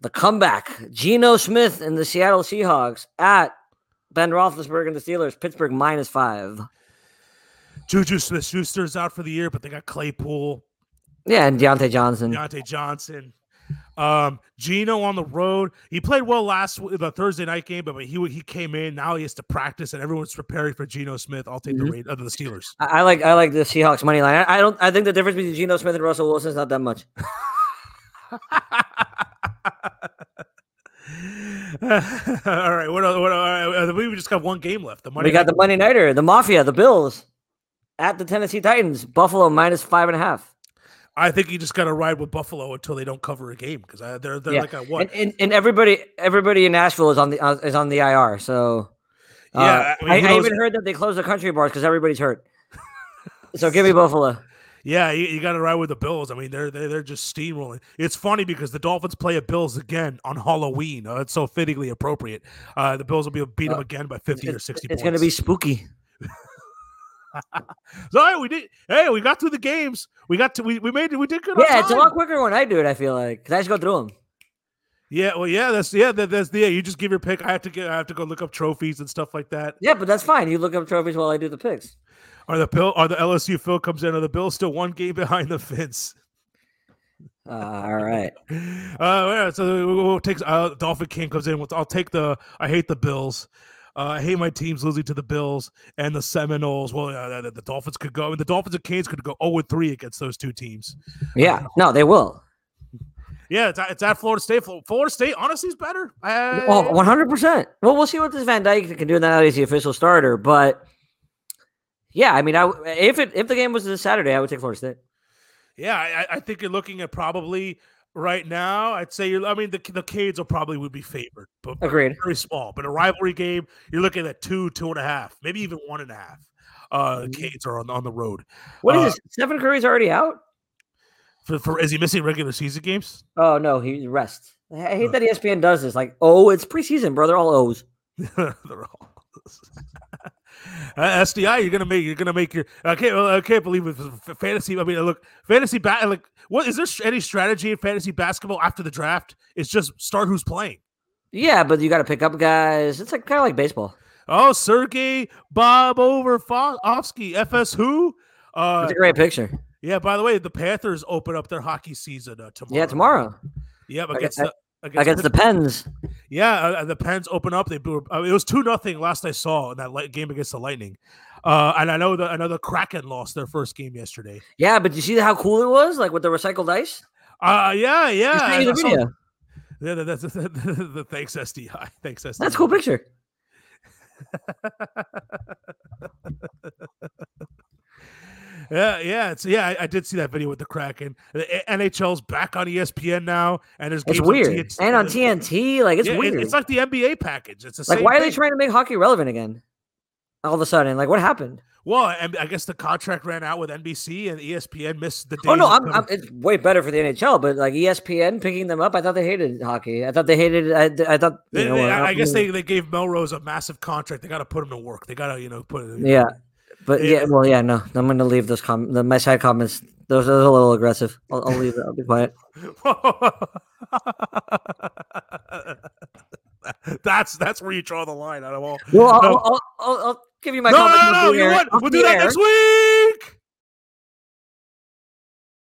The comeback. Geno Smith and the Seattle Seahawks at Ben Roethlisberger and the Steelers. Pittsburgh minus five.
Juju Smith Schuster's out for the year, but they got Claypool,
Yeah, and Deontay Johnson.
Deontay Johnson, um, Gino on the road. He played well last w- the Thursday night game, but when he w- he came in. Now he has to practice, and everyone's preparing for Geno Smith. I'll take the
Mhm.
rate of the Steelers. (laughs)
I, I like I like the Seahawks money line. I, I don't. I think the difference between Geno Smith and Russell Wilson is not that much.
all right, what? el- what uh, we just got one game left. The money
we got the Monday nighter, the Mafia, the Bills, at the Tennessee Titans. Buffalo minus five and a half.
I think you just got to ride with Buffalo until they don't cover a game because they're they're
Yeah.
like a what?
And, and, and everybody everybody in Nashville is on the uh, is on the IR. So uh,
Yeah, I
I,
mean, who
I,
knows-
even heard that they closed the country bars because
(laughs)
everybody's hurt. so give me Buffalo.
Yeah, you, you got to ride with the Bills. I mean, they're, they're they're just steamrolling. It's funny because the Dolphins play at Bills again on Halloween. Uh, it's so fittingly appropriate. Uh, the Bills will be able to beat them
Uh,
again by fifty or
It's,
sixty.
going to be
points.
spooky.
So, hey, we did. Hey, we got through the games. We got to. We, we made it. We did good. on
Yeah, it's a
time.
lot quicker when I do it. I feel like 'cause I just go through them.
Yeah, well, yeah, that's yeah, that, that's the yeah. You just give your pick. I have to get. I have to go look up trophies and stuff like that.
Yeah, but that's fine. You look up trophies while I do the picks.
Are the Bill? Are the LSU Phil comes in? Are the Bills still one game (laughs) behind the fence?
Uh, all right.
(laughs) Uh, yeah, so we'll, we'll take uh, Dolphin King comes in. With, I'll take the. I hate the Bills. Uh, I hate my teams losing to the Bills and the Seminoles. Well, uh, the, the Dolphins could go. The Dolphins and Canes could go zero and three against those two teams.
Yeah. No, they will.
Yeah, it's, at- it's at Florida State. Flo- Florida State honestly is better. I,
Oh, 100%. Well, we'll see what this Van Dyke can do now that he's the official starter. But yeah, I mean, I w- if it if the game was this Saturday, I would take Florida State.
yeah, I, I- I think you're looking at probably right now. I'd say you're. I mean, the the Canes will probably would be favored, but
Agreed.
very small. But a rivalry game, you're looking at two, two and a half, maybe even one and a half. Uh, the
Mhm.
Canes are on on the road.
What is
Uh,
this? Stephen Curry's already out?
For, for is he missing regular season games? (laughs)
Oh no, he rest. I hate that E ESPN does this. Like, oh, it's preseason, bro. They're all O's.
They're all- (laughs) Uh, SDI, you're gonna make you're gonna make your I can't I can't believe it F- fantasy. I mean, look, fantasy bat like what is there s- any strategy in fantasy basketball after the draft? It's just start who's playing.
Yeah, but you got to pick up guys. It's like kind of like baseball.
Oh, Sergey Bob Overofsky, FS who? Uh,
It's a great picture.
yeah. By the way, the Panthers open up their hockey season uh, tomorrow.
Yeah, tomorrow
Yep,
Aga-
against
a-
the against,
against the Pens.
yeah uh, the Pens open up. They blew. Uh, it was two nothing last I saw in that light game against the Lightning. Uh, and I know that another Kraken lost their first game yesterday.
Yeah, but you see how cool it was, like with the recycled ice.
Uh, yeah, yeah.
I sent you
I-
the
I saw-
video.
Yeah, that- that's, (laughs) thanks SDI. Thanks SDI.
That's a cool picture.
Yeah, yeah, it's yeah. I, I did see that video with the Kraken. The eh, A- NHL's back on E ESPN now, and there's
It's
games
weird.
On TNT.
and on TNT, like it's
Yeah, it-
weird.
it's like the NBA package. It's the
like,
same
why are they
thing.
trying to make hockey relevant again? All of a sudden, like what happened?
Well, and I guess the contract ran out with NBC and E ESPN missed the. Days
Oh no,
of
I'm,
cover-
I'm, it's way better for the NHL, but like E ESPN picking them up, I thought they hated hockey. I thought they hated. I, I thought.
They-
you know,
they-
uh,
I, I guess they, they gave Melrose a massive contract. They got to put him to work. They got to you know put it.
Yeah, but
Yeah.
yeah, well, yeah, no, I'm gonna leave those com- the, my side comments. Those, those are a little aggressive. I'll, I'll leave it. I'll be
(laughs)
quiet.
(laughs) that's that's where you draw the line out of all.
Well, I'll,
No.
I'll, I'll, I'll give you my
no, no,
comments.
no,
off
no,
the
You know
air-
what?
off
We'll
the
do that
air.
next week.